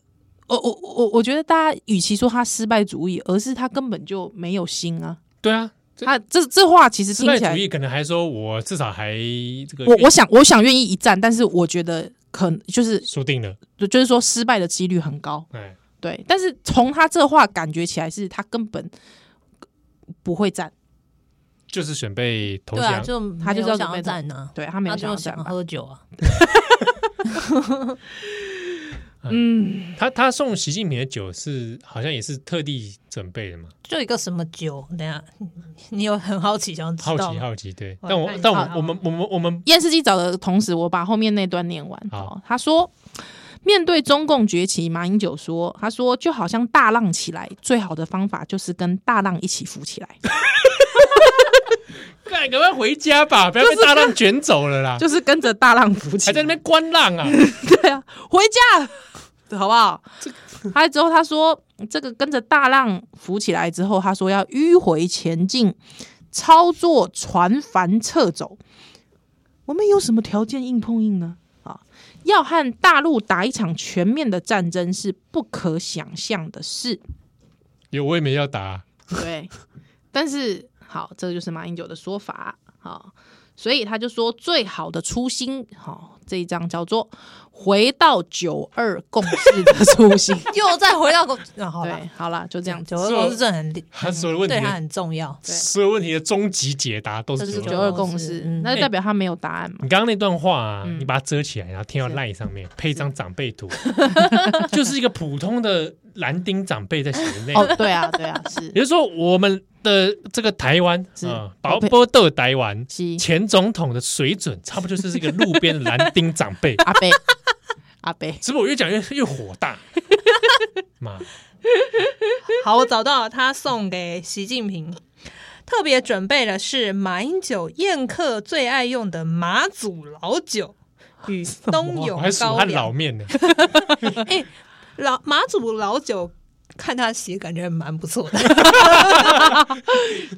[SPEAKER 2] 我我我我觉得大家与其说他失败主义，而是他根本就没有心啊。
[SPEAKER 1] 对啊，这
[SPEAKER 2] 他这这话其实
[SPEAKER 1] 失
[SPEAKER 2] 听
[SPEAKER 1] 败
[SPEAKER 2] 起来
[SPEAKER 1] 主，义可能还说我至少还这个
[SPEAKER 2] 我我想我想愿意一战，但是我觉得可能就是
[SPEAKER 1] 输定了，
[SPEAKER 2] 就就是说失败的几率很高，
[SPEAKER 1] 哎，
[SPEAKER 2] 对。但是从他这话感觉起来是他根本不会战，
[SPEAKER 1] 就是准备投
[SPEAKER 3] 对啊，
[SPEAKER 1] 降。
[SPEAKER 3] 就
[SPEAKER 2] 他就是
[SPEAKER 3] 没
[SPEAKER 2] 要
[SPEAKER 3] 有想
[SPEAKER 2] 准
[SPEAKER 3] 要
[SPEAKER 2] 备
[SPEAKER 3] 站呢，
[SPEAKER 2] 对他没
[SPEAKER 3] 他
[SPEAKER 2] 有
[SPEAKER 3] 就
[SPEAKER 2] 想要
[SPEAKER 3] 是
[SPEAKER 2] 战
[SPEAKER 3] 想
[SPEAKER 2] 吧。
[SPEAKER 3] 喝酒啊。
[SPEAKER 2] 嗯，
[SPEAKER 1] 他他送习近平的酒是好像也是特地准备的嘛，
[SPEAKER 3] 就一个什么酒？等一下，你你有很好奇想知
[SPEAKER 1] 好
[SPEAKER 3] 道
[SPEAKER 1] 奇
[SPEAKER 3] 吗？
[SPEAKER 1] 好奇，对。
[SPEAKER 3] 我
[SPEAKER 1] 但
[SPEAKER 3] 看
[SPEAKER 1] 我
[SPEAKER 3] 一
[SPEAKER 1] 但
[SPEAKER 3] 下
[SPEAKER 1] 我我们我们我们
[SPEAKER 2] 验尸机找的同时，我把后面那段念完。
[SPEAKER 1] 好
[SPEAKER 2] 哦，他说。面对中共崛起，马英九说：“他说就好像大浪起来，最好的方法就是跟大浪一起浮起来。”
[SPEAKER 1] 赶赶快回家吧， 不要被大浪卷走了啦，
[SPEAKER 2] 啊就是跟着大浪浮起，
[SPEAKER 1] 还在那边观浪 啊，
[SPEAKER 2] 对啊，回家 好不好？还有之后 他说，这个跟着大浪浮起来之后，他说要迂回前进，操作船帆侧走。我们有什么条件硬碰硬呢？啊，要和大陆打一场全面的战争是不可想象的事。
[SPEAKER 1] 有我也没要
[SPEAKER 2] 嗯
[SPEAKER 1] 打，啊
[SPEAKER 2] 对，但是好，这就是马英九的说法。好，所以他就说最好的初心，好这一章叫做回到九二共识的初心。
[SPEAKER 3] 又再回到公， 啊好吧
[SPEAKER 2] 对，，好啦，就这样。
[SPEAKER 3] 九二公司真的很厉，
[SPEAKER 1] 他所有问题
[SPEAKER 3] 对他很重要。
[SPEAKER 2] 对
[SPEAKER 1] 所有问题的终极解答都
[SPEAKER 3] 这
[SPEAKER 1] 是
[SPEAKER 3] 是
[SPEAKER 1] 酒
[SPEAKER 2] 九
[SPEAKER 1] 肉。
[SPEAKER 2] 二共识，
[SPEAKER 3] 嗯
[SPEAKER 2] 那就代表他没有答案嘛？
[SPEAKER 1] 你刚刚那段话啊，
[SPEAKER 2] 嗯
[SPEAKER 1] 你把它遮起来，然后贴到
[SPEAKER 2] 是
[SPEAKER 1] 赖上面，配一张长辈 图，就是一个普通的蓝丁长辈在写的内容。
[SPEAKER 2] 哦，对啊，对啊，是
[SPEAKER 1] 也就是说，我们的这个台湾
[SPEAKER 2] 是
[SPEAKER 1] 啊，
[SPEAKER 2] 我
[SPEAKER 1] 宝
[SPEAKER 2] 配
[SPEAKER 1] 波豆台湾
[SPEAKER 2] 是
[SPEAKER 1] 前总统的水准，差不多就是一个路边的蓝丁长
[SPEAKER 2] 。
[SPEAKER 1] 辈
[SPEAKER 2] 阿贝，阿贝，
[SPEAKER 1] 只不过我越讲越越火 大，妈，
[SPEAKER 3] 好，我找到了他送给习近平，特别准备的是马英九宴客最爱用的马祖老酒与东
[SPEAKER 1] 我
[SPEAKER 3] 涌
[SPEAKER 1] 还数
[SPEAKER 3] 高
[SPEAKER 1] 他
[SPEAKER 3] 粱
[SPEAKER 1] 老面呢。
[SPEAKER 3] 老马祖老酒看他写，感觉蛮不错的。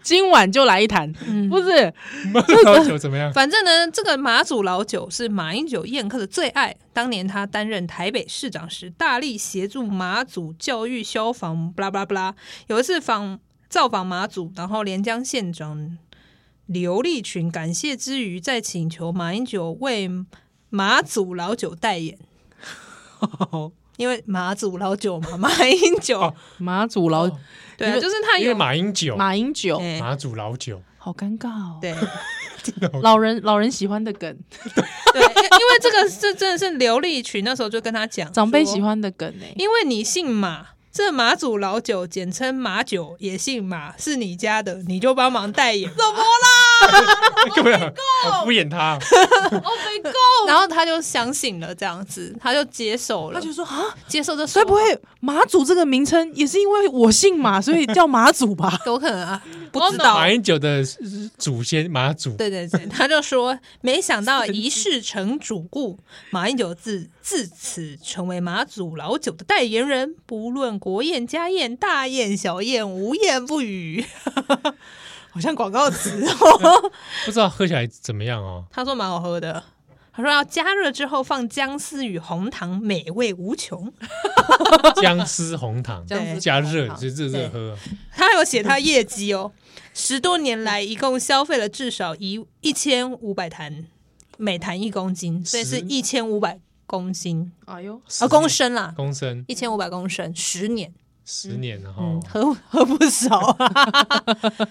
[SPEAKER 2] 今晚就来一坛， 不是？
[SPEAKER 1] 马祖老酒怎么样？
[SPEAKER 3] 反正呢，这个马祖老酒是马英九宴客的最爱。当年他担任台北市长时，大力协助马祖教育、消防，巴拉巴拉巴拉。有一次访造访马祖，然后连江县长刘立群感谢之余，再请求马英九为马祖老酒代言，因为马祖老酒嘛，马英九、
[SPEAKER 1] 哦
[SPEAKER 2] 马祖老
[SPEAKER 3] 对啊，
[SPEAKER 2] 因为
[SPEAKER 3] 就是他
[SPEAKER 1] 因为
[SPEAKER 3] 有
[SPEAKER 1] 马英九、
[SPEAKER 2] 马英九，
[SPEAKER 3] 哎
[SPEAKER 1] 马祖老酒，
[SPEAKER 2] 好尴尬哦。
[SPEAKER 3] 对。
[SPEAKER 2] 老人老人喜欢的梗，
[SPEAKER 3] 对，因因为这个是真的是刘立群那时候就跟他讲，
[SPEAKER 2] 长辈
[SPEAKER 3] 说
[SPEAKER 2] 喜，欢的梗呢？
[SPEAKER 3] 因为你姓马，这马祖老酒简称马酒也姓马，是你家的，你就帮忙代言。 怎么啦？
[SPEAKER 1] 干嘛？啊好敷衍他哦，
[SPEAKER 3] 然后他就相信了，这样子他就接受了，
[SPEAKER 2] 说啊，
[SPEAKER 3] 接受这说
[SPEAKER 2] 该不会马祖这个名称也是因为我姓马，所以叫马祖吧？
[SPEAKER 3] 有可能啊？不知道。
[SPEAKER 1] 马英九的呃祖先马祖，
[SPEAKER 3] 对对对，他就说，没想到一世成主顾，马英九自自此成为马祖老酒的代言人，不论国宴、家宴、大宴、小宴，无宴不语。 好像广告词哦。
[SPEAKER 1] 不知道喝起来怎么样 哦。
[SPEAKER 3] 他说蛮好喝的，他说要加热之后放姜丝与红糖，美味无穷。
[SPEAKER 1] 姜丝红糖
[SPEAKER 2] 姜丝
[SPEAKER 1] 加热，
[SPEAKER 2] 红糖
[SPEAKER 1] 就热热喝。
[SPEAKER 3] 他还有写他业绩哦，十多年来一共消费了至少一一千五百坛，每坛一公斤，所以是
[SPEAKER 1] 十
[SPEAKER 3] 一千五百公斤。
[SPEAKER 2] 哎呦，
[SPEAKER 3] 啊，公升啦，
[SPEAKER 1] 公升
[SPEAKER 3] 一千五百公升，十年，
[SPEAKER 1] 十年然
[SPEAKER 3] 嗯
[SPEAKER 1] 后，
[SPEAKER 3] 喝喝不少啊。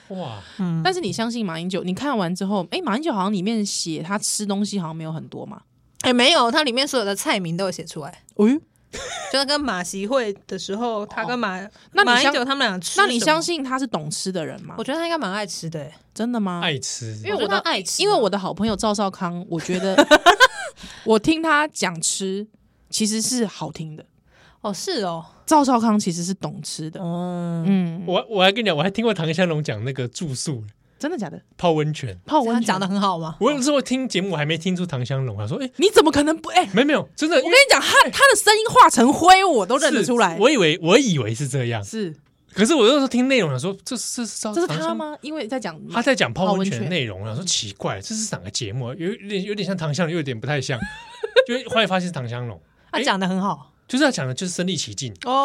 [SPEAKER 1] 哇，
[SPEAKER 2] 但是你相信马英九？你看完之后，哎，马英九好像里面写他吃东西好像没有很多嘛。
[SPEAKER 3] 哎、没有，它里面所有的菜名都有写出来，
[SPEAKER 2] 哎，
[SPEAKER 3] 就是跟马习会的时候，他跟马、
[SPEAKER 2] 那你
[SPEAKER 3] 马英
[SPEAKER 2] 相
[SPEAKER 3] 九他们俩吃，
[SPEAKER 2] 那你相？信他是懂吃的人吗
[SPEAKER 3] 我？觉得他应该蛮爱吃的、欸，
[SPEAKER 2] 真的吗？
[SPEAKER 1] 爱吃，
[SPEAKER 2] 嗯因为我
[SPEAKER 3] 觉得
[SPEAKER 2] 的
[SPEAKER 3] 他爱吃
[SPEAKER 2] 因为我的好朋友赵少康，我觉得我听他讲吃其实是好听的。
[SPEAKER 3] 哦，是哦，
[SPEAKER 2] 赵少康其实是懂吃的，
[SPEAKER 3] 嗯，
[SPEAKER 2] 嗯，
[SPEAKER 1] 我我还跟你讲，我还听过唐香龙讲那个住宿
[SPEAKER 2] 真的假的？
[SPEAKER 1] 泡温泉。
[SPEAKER 2] 泡
[SPEAKER 3] 他
[SPEAKER 2] 温泉
[SPEAKER 3] 哦讲的很好吗？
[SPEAKER 1] 我有时候听节目，我还没听出唐香龙，他说：“哎、
[SPEAKER 2] 你怎么可能不？哎、
[SPEAKER 1] 没有没有，真的，
[SPEAKER 2] 我跟你讲，他他的声音化成灰，我都认得出来
[SPEAKER 1] 是。我以为我以为是这样，
[SPEAKER 2] 是，
[SPEAKER 1] 可是我那时候听内容，想说这是这是
[SPEAKER 2] 这是他
[SPEAKER 1] 唐香？
[SPEAKER 2] 吗？因为在讲
[SPEAKER 1] 他在讲泡温泉的
[SPEAKER 2] 泡温泉嗯
[SPEAKER 1] 内容，我想说奇怪，这是哪个节目啊？有有点有点像唐香龙，又有点不太 像，就后来发现是唐香龙，
[SPEAKER 3] 他
[SPEAKER 1] 哎
[SPEAKER 3] 啊讲的很好
[SPEAKER 1] 就是他讲的就是身临其境，
[SPEAKER 3] 哦。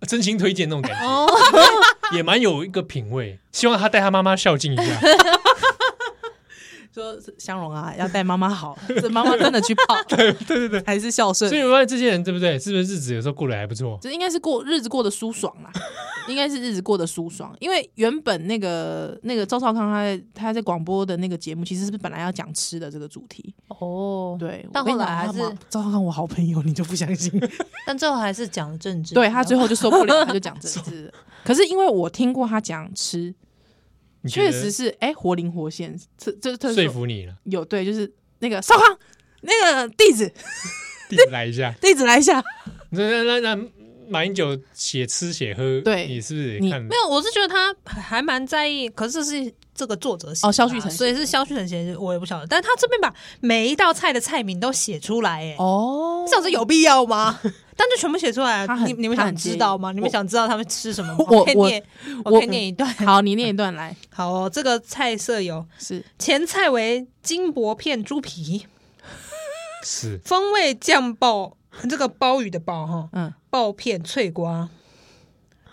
[SPEAKER 2] 哦，
[SPEAKER 1] 真心推荐那种感觉， 也蛮有一个品味。希望他带他妈妈孝敬一下，
[SPEAKER 2] 说香蓉啊，要带妈妈好， 这妈妈真的去 泡，对对 对，还是孝顺
[SPEAKER 1] 所，以我发现这些人对不对？是不是日子有时候过得还不错？
[SPEAKER 2] 这应该是过日子过得舒爽啦， 应该是日子过得舒爽，因为原本那个那个赵少康他在他在广播的那个节目，其实是本来要讲吃的这个主题，
[SPEAKER 3] 哦，
[SPEAKER 2] 对，
[SPEAKER 3] 但
[SPEAKER 2] 我跟你
[SPEAKER 3] 后来
[SPEAKER 2] 讲
[SPEAKER 3] 还是
[SPEAKER 2] 他妈赵少康我好朋友，你就不相信，
[SPEAKER 3] 但最后还是讲政治。
[SPEAKER 2] 对他最后就受不了，他就讲 政治，可是因为我听过他讲吃，
[SPEAKER 1] 你觉
[SPEAKER 2] 确
[SPEAKER 1] 得
[SPEAKER 2] 实是哎、活灵活现，这这这
[SPEAKER 1] 说服 你了，
[SPEAKER 2] 有对，就是那个少康那个地址
[SPEAKER 1] 弟弟来一下。
[SPEAKER 2] 地址来一下，
[SPEAKER 1] 那那那那马英九写吃写喝，
[SPEAKER 2] 对
[SPEAKER 1] 你是不是
[SPEAKER 2] 你
[SPEAKER 1] 也看
[SPEAKER 3] 没有，我是觉得他还蛮在意，可是是这个作者写的啊
[SPEAKER 2] 哦萧旭晨
[SPEAKER 3] 所以是萧旭晨写的，我也不晓得。但他这边把每一道菜的菜名都写出来，哎、
[SPEAKER 2] 哦
[SPEAKER 3] 这样子有必要 吗？但就全部写出来啊
[SPEAKER 2] 他，很
[SPEAKER 3] 你你们
[SPEAKER 2] 他
[SPEAKER 3] 想
[SPEAKER 2] 很
[SPEAKER 3] 知
[SPEAKER 2] 介意
[SPEAKER 3] 道吗？你们
[SPEAKER 2] 我
[SPEAKER 3] 想知道他们吃什么吗？
[SPEAKER 2] 我
[SPEAKER 3] 可以
[SPEAKER 2] 我
[SPEAKER 3] 念，我
[SPEAKER 2] 我
[SPEAKER 3] 可以念一段。
[SPEAKER 2] 好，你念一段来，
[SPEAKER 3] 好哦，这个菜色有
[SPEAKER 2] 是
[SPEAKER 3] 前菜为金箔片猪皮，
[SPEAKER 1] 是
[SPEAKER 3] 风味酱爆 这个鲍鱼的鲍哈，
[SPEAKER 2] 嗯
[SPEAKER 3] 爆片脆瓜。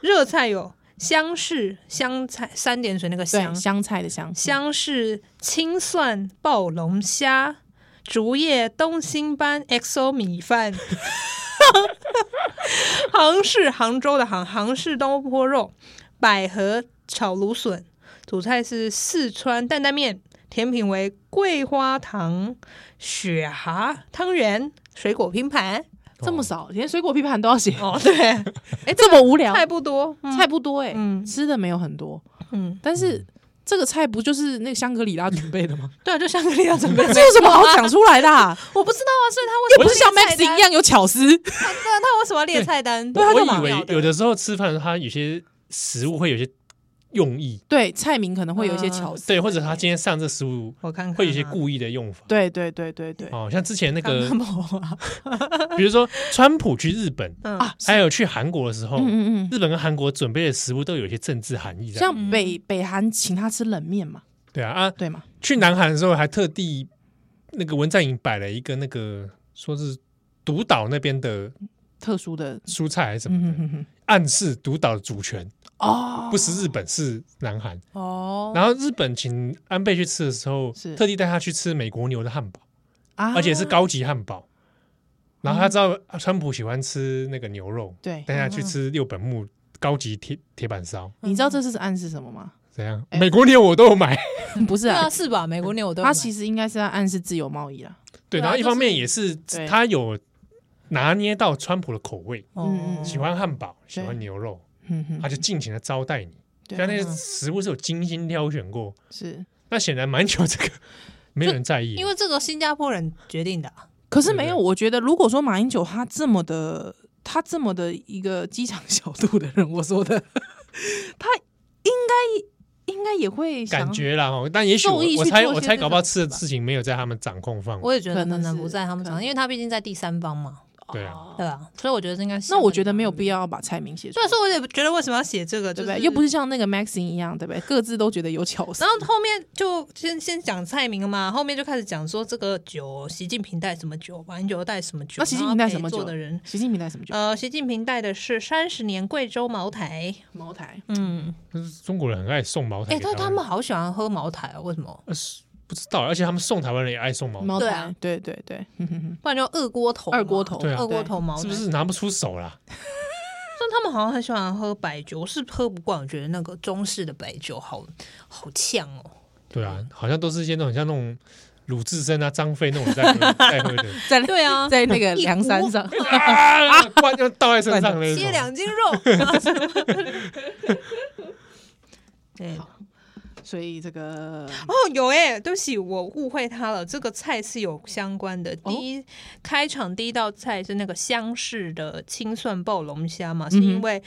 [SPEAKER 3] 热菜有香柿香菜三点水那个
[SPEAKER 2] 对
[SPEAKER 3] 香
[SPEAKER 2] 香菜的香
[SPEAKER 3] 香是青蒜爆龙虾、竹叶东星斑 XO 米饭， 杭是杭州的杭，杭式东坡肉、百合炒芦笋，主菜是四川担担面，甜品为桂花糖、雪蛤汤圆、水果拼盘。
[SPEAKER 2] 这
[SPEAKER 1] 哦
[SPEAKER 2] 么少，连水果批判都要写，
[SPEAKER 3] 哦，对， 哎，
[SPEAKER 2] 这么无聊，
[SPEAKER 3] 菜不多，嗯
[SPEAKER 2] 菜不多哎，
[SPEAKER 3] 嗯
[SPEAKER 2] 吃的没有很多，
[SPEAKER 3] 嗯，
[SPEAKER 2] 但是这个菜不就是那个香格里拉准备的 吗？
[SPEAKER 3] 对啊，就香格里拉准备
[SPEAKER 2] 这有什么好讲出来的啊？
[SPEAKER 3] 我不知道啊，所以他为什么
[SPEAKER 2] 不是像
[SPEAKER 3] 列菜
[SPEAKER 2] Max
[SPEAKER 3] 单
[SPEAKER 2] 一样有巧 思，
[SPEAKER 3] 他对啊他为什么要列菜单？
[SPEAKER 1] 我
[SPEAKER 3] 他
[SPEAKER 1] 我
[SPEAKER 3] 干嘛
[SPEAKER 1] 以为
[SPEAKER 3] 要
[SPEAKER 1] 有的时候吃饭，它有些食物会有些用意，
[SPEAKER 2] 对蔡明可能会有一些
[SPEAKER 3] 嗯
[SPEAKER 2] 巧思，
[SPEAKER 1] 对，或者他今天上这十五
[SPEAKER 3] 我
[SPEAKER 2] 嗯
[SPEAKER 3] 看看啊
[SPEAKER 1] 会有一些故意的用法。
[SPEAKER 2] 对对对对对，
[SPEAKER 1] 哦，像之前那个
[SPEAKER 3] 干，嘛啊
[SPEAKER 1] 比如说川普去日本，
[SPEAKER 3] 嗯
[SPEAKER 2] 啊
[SPEAKER 1] 还有去韩国的时候，
[SPEAKER 2] 嗯嗯嗯，
[SPEAKER 1] 日本跟韩国准备的食物都有一些政治含义在。
[SPEAKER 3] 嗯
[SPEAKER 2] 像北北韩请他吃冷面嘛，
[SPEAKER 1] 对啊啊，
[SPEAKER 2] 对嘛？
[SPEAKER 1] 去南韩的时候还特地那个文在寅摆了一个那个说是独岛那边的
[SPEAKER 2] 特殊的，
[SPEAKER 1] 蔬菜还是什么，
[SPEAKER 2] 嗯哼哼哼，
[SPEAKER 1] 暗示独岛主权
[SPEAKER 2] 哦，
[SPEAKER 1] 不是日本是南韩。
[SPEAKER 3] 哦，
[SPEAKER 1] 然后日本请安倍去吃的时候
[SPEAKER 2] 是，
[SPEAKER 1] 特地带他去吃美国牛的汉堡，
[SPEAKER 2] 啊，
[SPEAKER 1] 而且是高级汉堡。然后他知道啊川普喜欢吃那个牛肉，
[SPEAKER 2] 对，
[SPEAKER 1] 带他去吃六本木高级铁铁板烧，
[SPEAKER 2] 你知道这是暗示什么吗？
[SPEAKER 1] 怎样？
[SPEAKER 2] 哎
[SPEAKER 1] 美国牛我都有 买，
[SPEAKER 2] 不是
[SPEAKER 3] 对
[SPEAKER 2] 啊
[SPEAKER 3] 啊，，是吧？美国牛我都有
[SPEAKER 2] 他
[SPEAKER 3] 买
[SPEAKER 2] 其实应该是在暗示自由贸易啦。
[SPEAKER 1] 对。
[SPEAKER 3] 对啊
[SPEAKER 1] 然后一方面
[SPEAKER 3] 就是
[SPEAKER 1] 也是
[SPEAKER 2] 对
[SPEAKER 1] 他有拿捏到川普的口味，
[SPEAKER 3] 哦
[SPEAKER 2] 嗯嗯
[SPEAKER 1] 喜欢汉堡，喜
[SPEAKER 2] 对
[SPEAKER 1] 欢牛肉，
[SPEAKER 2] 嗯哼
[SPEAKER 1] 他，就尽情的招待你。
[SPEAKER 2] 对
[SPEAKER 1] 但那些
[SPEAKER 3] 嗯
[SPEAKER 1] 食物是有精心挑选过，
[SPEAKER 2] 是，
[SPEAKER 1] 那显然蛮久这个没有人在意，
[SPEAKER 3] 因为这个新加坡人决定的啊，
[SPEAKER 2] 可是
[SPEAKER 1] 对
[SPEAKER 2] 没有，
[SPEAKER 1] 对
[SPEAKER 2] 我觉得如果说马英九他这么的，他这么的一个机场 小度的人，我说的，他应该应该也会想
[SPEAKER 1] 感觉啦哦，但也许我
[SPEAKER 2] 受益去
[SPEAKER 1] 我猜
[SPEAKER 2] 做些
[SPEAKER 1] 我猜
[SPEAKER 2] 这
[SPEAKER 1] 搞不好
[SPEAKER 2] 种
[SPEAKER 1] 吃的
[SPEAKER 2] 吧
[SPEAKER 1] 事情没有在他们掌控范围。
[SPEAKER 3] 我也觉得
[SPEAKER 2] 可能
[SPEAKER 3] 可能不
[SPEAKER 2] 是
[SPEAKER 3] 在他们
[SPEAKER 2] 可
[SPEAKER 3] 场，
[SPEAKER 2] 能
[SPEAKER 3] 因为他毕竟在第三方嘛，
[SPEAKER 1] 对啊，
[SPEAKER 3] 对啊，所以我觉得这应该是
[SPEAKER 2] 那我觉得没有必要把蔡明写出
[SPEAKER 3] 虽
[SPEAKER 2] 来
[SPEAKER 3] 然，说我也觉得为什么要写这个，
[SPEAKER 2] 对
[SPEAKER 3] 就
[SPEAKER 2] 不
[SPEAKER 3] 是
[SPEAKER 2] 对？又不是像那个 Maxine 一样，对不对？各自都觉得有巧思
[SPEAKER 3] 然，后后面就先先讲蔡明嘛，后面就开始讲说这个酒，习近平带什么酒，马英九带什么酒，
[SPEAKER 2] 那习近平带什么
[SPEAKER 3] 然后
[SPEAKER 2] 酒
[SPEAKER 3] 陪坐的人，
[SPEAKER 2] 习近平带什么酒？
[SPEAKER 3] 呃，习近平带的是三十年贵州茅台，
[SPEAKER 2] 茅台，
[SPEAKER 3] 嗯，
[SPEAKER 1] 但是中国人很爱送茅台
[SPEAKER 3] 哎，
[SPEAKER 1] 给台
[SPEAKER 3] 但
[SPEAKER 1] 湾人，
[SPEAKER 3] 他们好喜欢喝茅台哦，为什么？
[SPEAKER 1] 呃是不知道，而且他们送台湾人也爱送茅台，
[SPEAKER 2] 茅
[SPEAKER 3] 对
[SPEAKER 2] 台
[SPEAKER 3] 啊，
[SPEAKER 2] 对对对，哼哼哼
[SPEAKER 3] 不然就二锅头嘛，
[SPEAKER 2] 二锅头，
[SPEAKER 1] 对啊
[SPEAKER 3] 二锅头茅台，
[SPEAKER 1] 是不是拿不出手啦？
[SPEAKER 3] 但他们好像很喜欢喝白酒，我是喝不惯，我觉得那个中式的白酒好好呛哦。
[SPEAKER 1] 对啊，好像都是一些那种像那种鲁智深啊、张飞那种在喝在喝的
[SPEAKER 2] 在
[SPEAKER 3] 对 啊，
[SPEAKER 2] 在那个
[SPEAKER 3] 一
[SPEAKER 2] 梁山
[SPEAKER 3] 锅
[SPEAKER 2] 上，
[SPEAKER 1] 啊，灌就倒在身上那
[SPEAKER 3] 切
[SPEAKER 1] 种。
[SPEAKER 3] 两斤肉。对，
[SPEAKER 2] 所以这 个
[SPEAKER 3] 哦，有哎、对不起，我误会他了。这个菜是有相关的。第一，开场第一道菜是那个湘式的青蒜爆龙虾嘛，是
[SPEAKER 2] 嗯哼
[SPEAKER 3] 因为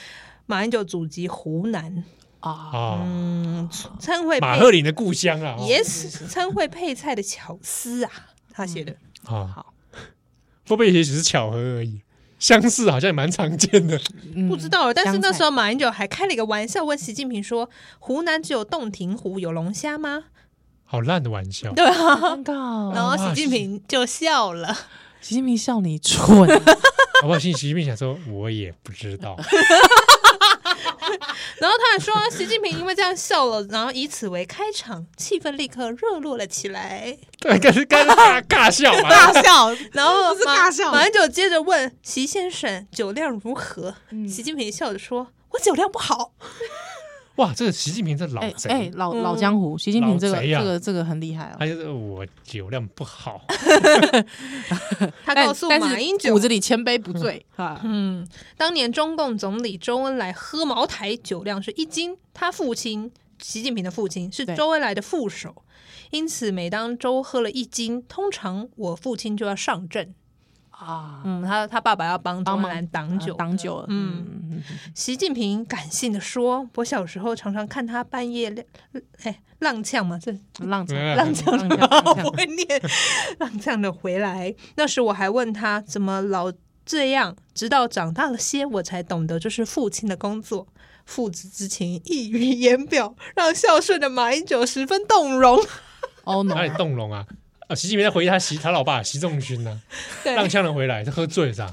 [SPEAKER 3] 马英九祖籍湖南，
[SPEAKER 2] 啊，
[SPEAKER 1] 啊，
[SPEAKER 3] 嗯，称会
[SPEAKER 1] 马赫
[SPEAKER 3] 配
[SPEAKER 1] 林的故乡啊，哦
[SPEAKER 3] yes，称会配菜的巧思啊，他写的。
[SPEAKER 1] 啊
[SPEAKER 2] 好，
[SPEAKER 1] 会不会也许是巧合而已？相似好像也蛮常见的，
[SPEAKER 2] 不
[SPEAKER 3] 不知道，但
[SPEAKER 2] 嗯
[SPEAKER 3] 是
[SPEAKER 2] 香
[SPEAKER 3] 那
[SPEAKER 2] 菜
[SPEAKER 3] 时候马英九还开了一个玩笑，问习近平说：“湖南只有洞庭湖有龙虾吗
[SPEAKER 1] 好烂的玩
[SPEAKER 2] 哦
[SPEAKER 1] 笑。
[SPEAKER 3] 对啊
[SPEAKER 2] 尴？”尬
[SPEAKER 3] 然
[SPEAKER 2] 哦。
[SPEAKER 3] 后习近平就笑了。
[SPEAKER 2] 习近平笑你 蠢，
[SPEAKER 1] 好不好？习习近平想说，我也不知道。
[SPEAKER 3] 然后他还说，习近平因为这样笑了，然后以此为开场，气氛立刻热络了起来。
[SPEAKER 1] 对，该是该 尬尬笑嘛。
[SPEAKER 2] 笑，
[SPEAKER 3] 然 后
[SPEAKER 2] 不是
[SPEAKER 3] 马
[SPEAKER 2] 尬笑
[SPEAKER 3] 马英九接着问习先生酒量如何，
[SPEAKER 2] 嗯
[SPEAKER 3] 习近平笑着说：“我酒量不好。
[SPEAKER 1] 哇，这个习近平这老
[SPEAKER 2] 哎
[SPEAKER 1] 贼，
[SPEAKER 2] 哎，老
[SPEAKER 3] 嗯
[SPEAKER 2] 老江湖，习近平这个
[SPEAKER 1] 老贼啊
[SPEAKER 2] 这个这个很厉害哦
[SPEAKER 1] 他。就是我酒量不好，”
[SPEAKER 3] 他
[SPEAKER 2] 但
[SPEAKER 3] 告诉
[SPEAKER 2] 但是
[SPEAKER 3] 马英
[SPEAKER 2] 骨
[SPEAKER 3] 九
[SPEAKER 2] 子里千杯不醉啊，：“
[SPEAKER 3] 嗯，当年中共总理周恩来喝茅台酒量是一斤，他父亲习近平的父亲是
[SPEAKER 2] 对
[SPEAKER 3] 周恩来的副手，因此每当周喝了一斤，通常我父亲就要上阵。
[SPEAKER 2] 啊，
[SPEAKER 3] 嗯，他他爸爸要帮周
[SPEAKER 2] 帮
[SPEAKER 3] 恩
[SPEAKER 2] 忙
[SPEAKER 3] 来挡酒的，
[SPEAKER 2] 啊挡酒了，
[SPEAKER 3] 嗯。
[SPEAKER 2] 嗯，
[SPEAKER 3] 习近平感性的说：“我小时候常常看他半夜浪，哎，踉跄嘛，这
[SPEAKER 2] 浪潮
[SPEAKER 1] 嗯
[SPEAKER 2] 浪
[SPEAKER 1] 浪
[SPEAKER 2] 潮浪
[SPEAKER 3] 我
[SPEAKER 2] 潮
[SPEAKER 3] 不，会念，踉跄的回来。那时我还问他怎么老这样，直到长大了些，我才懂得这是父亲的工作。”父子之情溢于言表，让孝顺的马英九十分动容。
[SPEAKER 2] 哦 no，
[SPEAKER 1] 哪里动容啊？啊，习近平在回忆他习他老爸习仲勋呢、
[SPEAKER 3] 对
[SPEAKER 1] 啊，让枪人回来，他喝醉是吧？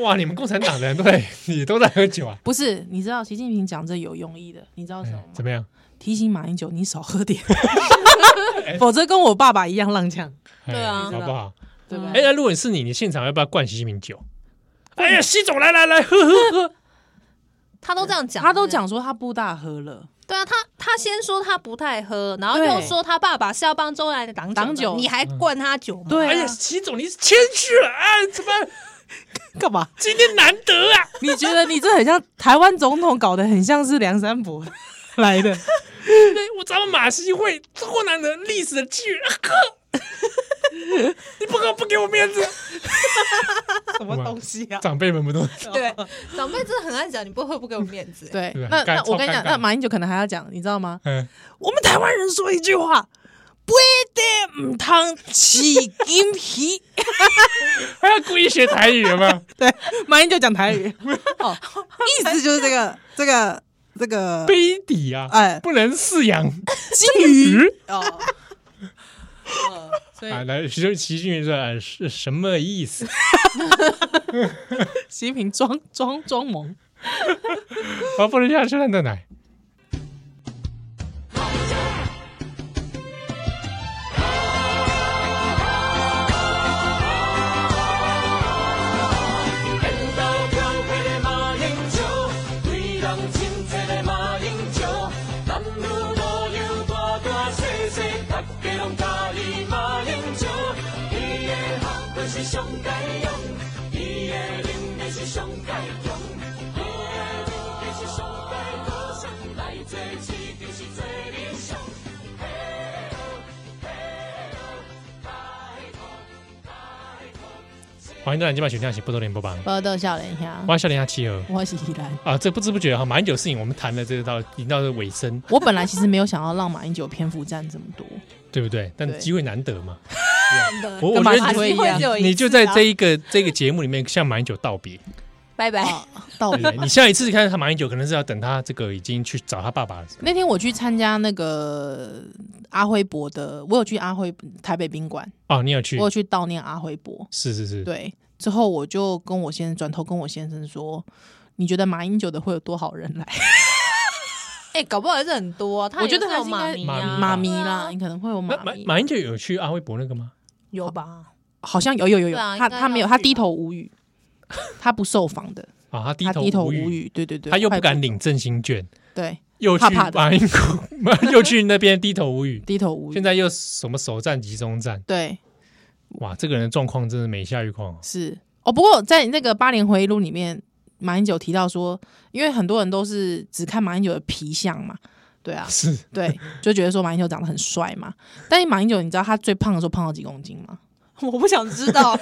[SPEAKER 1] 哇，你们共产党的人都在，你都在喝酒啊？
[SPEAKER 2] 不是，你知道习近平讲这有用意的，你知道什么
[SPEAKER 1] 哎
[SPEAKER 2] 吗？
[SPEAKER 1] 怎么样？
[SPEAKER 2] 提醒马英九你少 喝点，否则跟我爸爸一样浪呛，
[SPEAKER 1] 哎
[SPEAKER 3] 对啊
[SPEAKER 1] 好不好？
[SPEAKER 2] 对不
[SPEAKER 1] 哎、
[SPEAKER 2] 对？
[SPEAKER 1] 那如果你是你，你现场要不要灌习近平酒？哎
[SPEAKER 2] 嗯
[SPEAKER 1] 呀，习总来来来，喝喝喝！
[SPEAKER 3] 他都这样讲，
[SPEAKER 2] 他都讲说他不大喝了，
[SPEAKER 3] 对啊，他他先说他不太喝，然后
[SPEAKER 2] 对
[SPEAKER 3] 又说他爸爸是要帮周恩来的挡
[SPEAKER 2] 挡
[SPEAKER 3] 酒
[SPEAKER 2] 酒
[SPEAKER 3] 的，你还灌他酒吗？
[SPEAKER 2] 对啊
[SPEAKER 1] 哎呀，习总你是谦虚了啊、哎怎么
[SPEAKER 2] 干嘛？
[SPEAKER 1] 今天难得啊？
[SPEAKER 2] 你觉得你这很像台湾总统搞得很像是梁山伯 来的？
[SPEAKER 1] 对我咱们马西会中国难得历史的啊 机遇，喝！你不喝不给我面子，
[SPEAKER 2] 什么
[SPEAKER 5] 么
[SPEAKER 1] 么东
[SPEAKER 5] 东西啊？
[SPEAKER 1] 长辈们不都
[SPEAKER 3] 对，长辈真的很爱讲，你不会不给我面子。
[SPEAKER 2] 对
[SPEAKER 1] 对，
[SPEAKER 2] 那
[SPEAKER 1] 尴
[SPEAKER 2] 那我
[SPEAKER 1] 超
[SPEAKER 2] 跟你讲，
[SPEAKER 1] 尴尬
[SPEAKER 2] 那马英九可能还要讲，你知道吗？
[SPEAKER 1] 嗯，
[SPEAKER 2] 我们台湾人说一句话：“不得唔通起金皮。
[SPEAKER 1] 还要故意学台语有没有？”
[SPEAKER 2] 马英九讲台语，哦，意思就是这个这个这个
[SPEAKER 1] 杯底啊，
[SPEAKER 2] 哎
[SPEAKER 1] 不能饲养
[SPEAKER 2] 金鱼
[SPEAKER 1] 鱼
[SPEAKER 2] 哦。 呃所以
[SPEAKER 1] 啊。来，徐州齐俊说哎是什么意思？
[SPEAKER 2] 习近 平装装装萌，
[SPEAKER 1] 我哦不能下吃烂豆奶。
[SPEAKER 4] 缘投漂皮的马英九，对人亲切的马英九，男女老幼大大细细，大家拢喜欢马英九。伊的学问是上解用，伊的能力是上解强，伊的能力是上解高尚，来做市就是做理想。嘿哟嘿哟，拜托拜托。
[SPEAKER 1] 欢迎大家今晚选项是波多连播榜，
[SPEAKER 2] 不逗笑脸下，
[SPEAKER 1] 我是笑脸下企鹅
[SPEAKER 2] 我是依兰。
[SPEAKER 1] 啊。这不知不觉哈，马英九事情我们谈了这个到已经到了尾声，
[SPEAKER 2] 我本来其实没有想要让马英九篇幅占这么多，
[SPEAKER 1] 对不对？但
[SPEAKER 2] 对
[SPEAKER 1] 机会难得嘛，
[SPEAKER 3] 真的，
[SPEAKER 1] 我我
[SPEAKER 2] 跟
[SPEAKER 1] 觉
[SPEAKER 2] 马
[SPEAKER 1] 得你
[SPEAKER 2] 英九一哦
[SPEAKER 3] 机会
[SPEAKER 2] 样
[SPEAKER 3] 只，有一次啊
[SPEAKER 1] 你就在这一个这个节目里面向马英九道别。
[SPEAKER 3] 拜拜。
[SPEAKER 2] 啊到
[SPEAKER 1] 对
[SPEAKER 2] 底
[SPEAKER 1] 不对你下一次看他马英九，可能是要等他这个已经去找他爸爸了。
[SPEAKER 2] 那天我去参加那个阿辉伯的，我有去阿辉台北宾馆，
[SPEAKER 1] 哦，你有去
[SPEAKER 2] 我？有去悼念阿辉伯。
[SPEAKER 1] 是是是，
[SPEAKER 2] 对，之后我就跟我先生转头跟我先生说。你觉得马英九的会有多少人来？
[SPEAKER 3] 哎，搞不好还是很多啊，他
[SPEAKER 2] 我觉得还
[SPEAKER 3] 还有
[SPEAKER 2] 是应
[SPEAKER 3] 妈
[SPEAKER 2] 该
[SPEAKER 3] 咪
[SPEAKER 1] 妈
[SPEAKER 3] 啊，
[SPEAKER 1] 咪
[SPEAKER 2] 妈咪啦，你可能会有
[SPEAKER 1] 那
[SPEAKER 2] 妈
[SPEAKER 1] 马
[SPEAKER 2] 咪，
[SPEAKER 1] 马英九有去阿辉伯那个吗？
[SPEAKER 3] 有吧？
[SPEAKER 2] 好像有有有有，
[SPEAKER 3] 对啊
[SPEAKER 2] 他
[SPEAKER 3] 应该
[SPEAKER 2] 他没有，
[SPEAKER 3] 要
[SPEAKER 2] 他
[SPEAKER 3] 去
[SPEAKER 2] 低
[SPEAKER 3] 吧
[SPEAKER 2] 头无语，他不受访的，
[SPEAKER 1] 啊，他低
[SPEAKER 2] 他
[SPEAKER 1] 头
[SPEAKER 2] 低头无
[SPEAKER 1] 无语，
[SPEAKER 2] 语，对对对，
[SPEAKER 1] 他又不
[SPEAKER 2] 快
[SPEAKER 1] 敢领振兴券，
[SPEAKER 2] 对
[SPEAKER 1] 又去
[SPEAKER 2] 怕怕的
[SPEAKER 1] 马英 九，又去那边低头无语。
[SPEAKER 2] 低头无
[SPEAKER 1] 现
[SPEAKER 2] 语，
[SPEAKER 1] 在又什么首战集中战，
[SPEAKER 2] 对
[SPEAKER 1] 哇，这个人的状况真的每下愈况哦。，
[SPEAKER 2] 是哦。不过在那个八年回忆录里面，马英九提到说，因为很多人都是只看马英九的皮相嘛，对啊
[SPEAKER 1] 是
[SPEAKER 2] 对，就觉得说马英九长得很帅嘛。但是马英九，你知道他最胖的时候胖到几公斤吗？
[SPEAKER 3] 我不想知 道，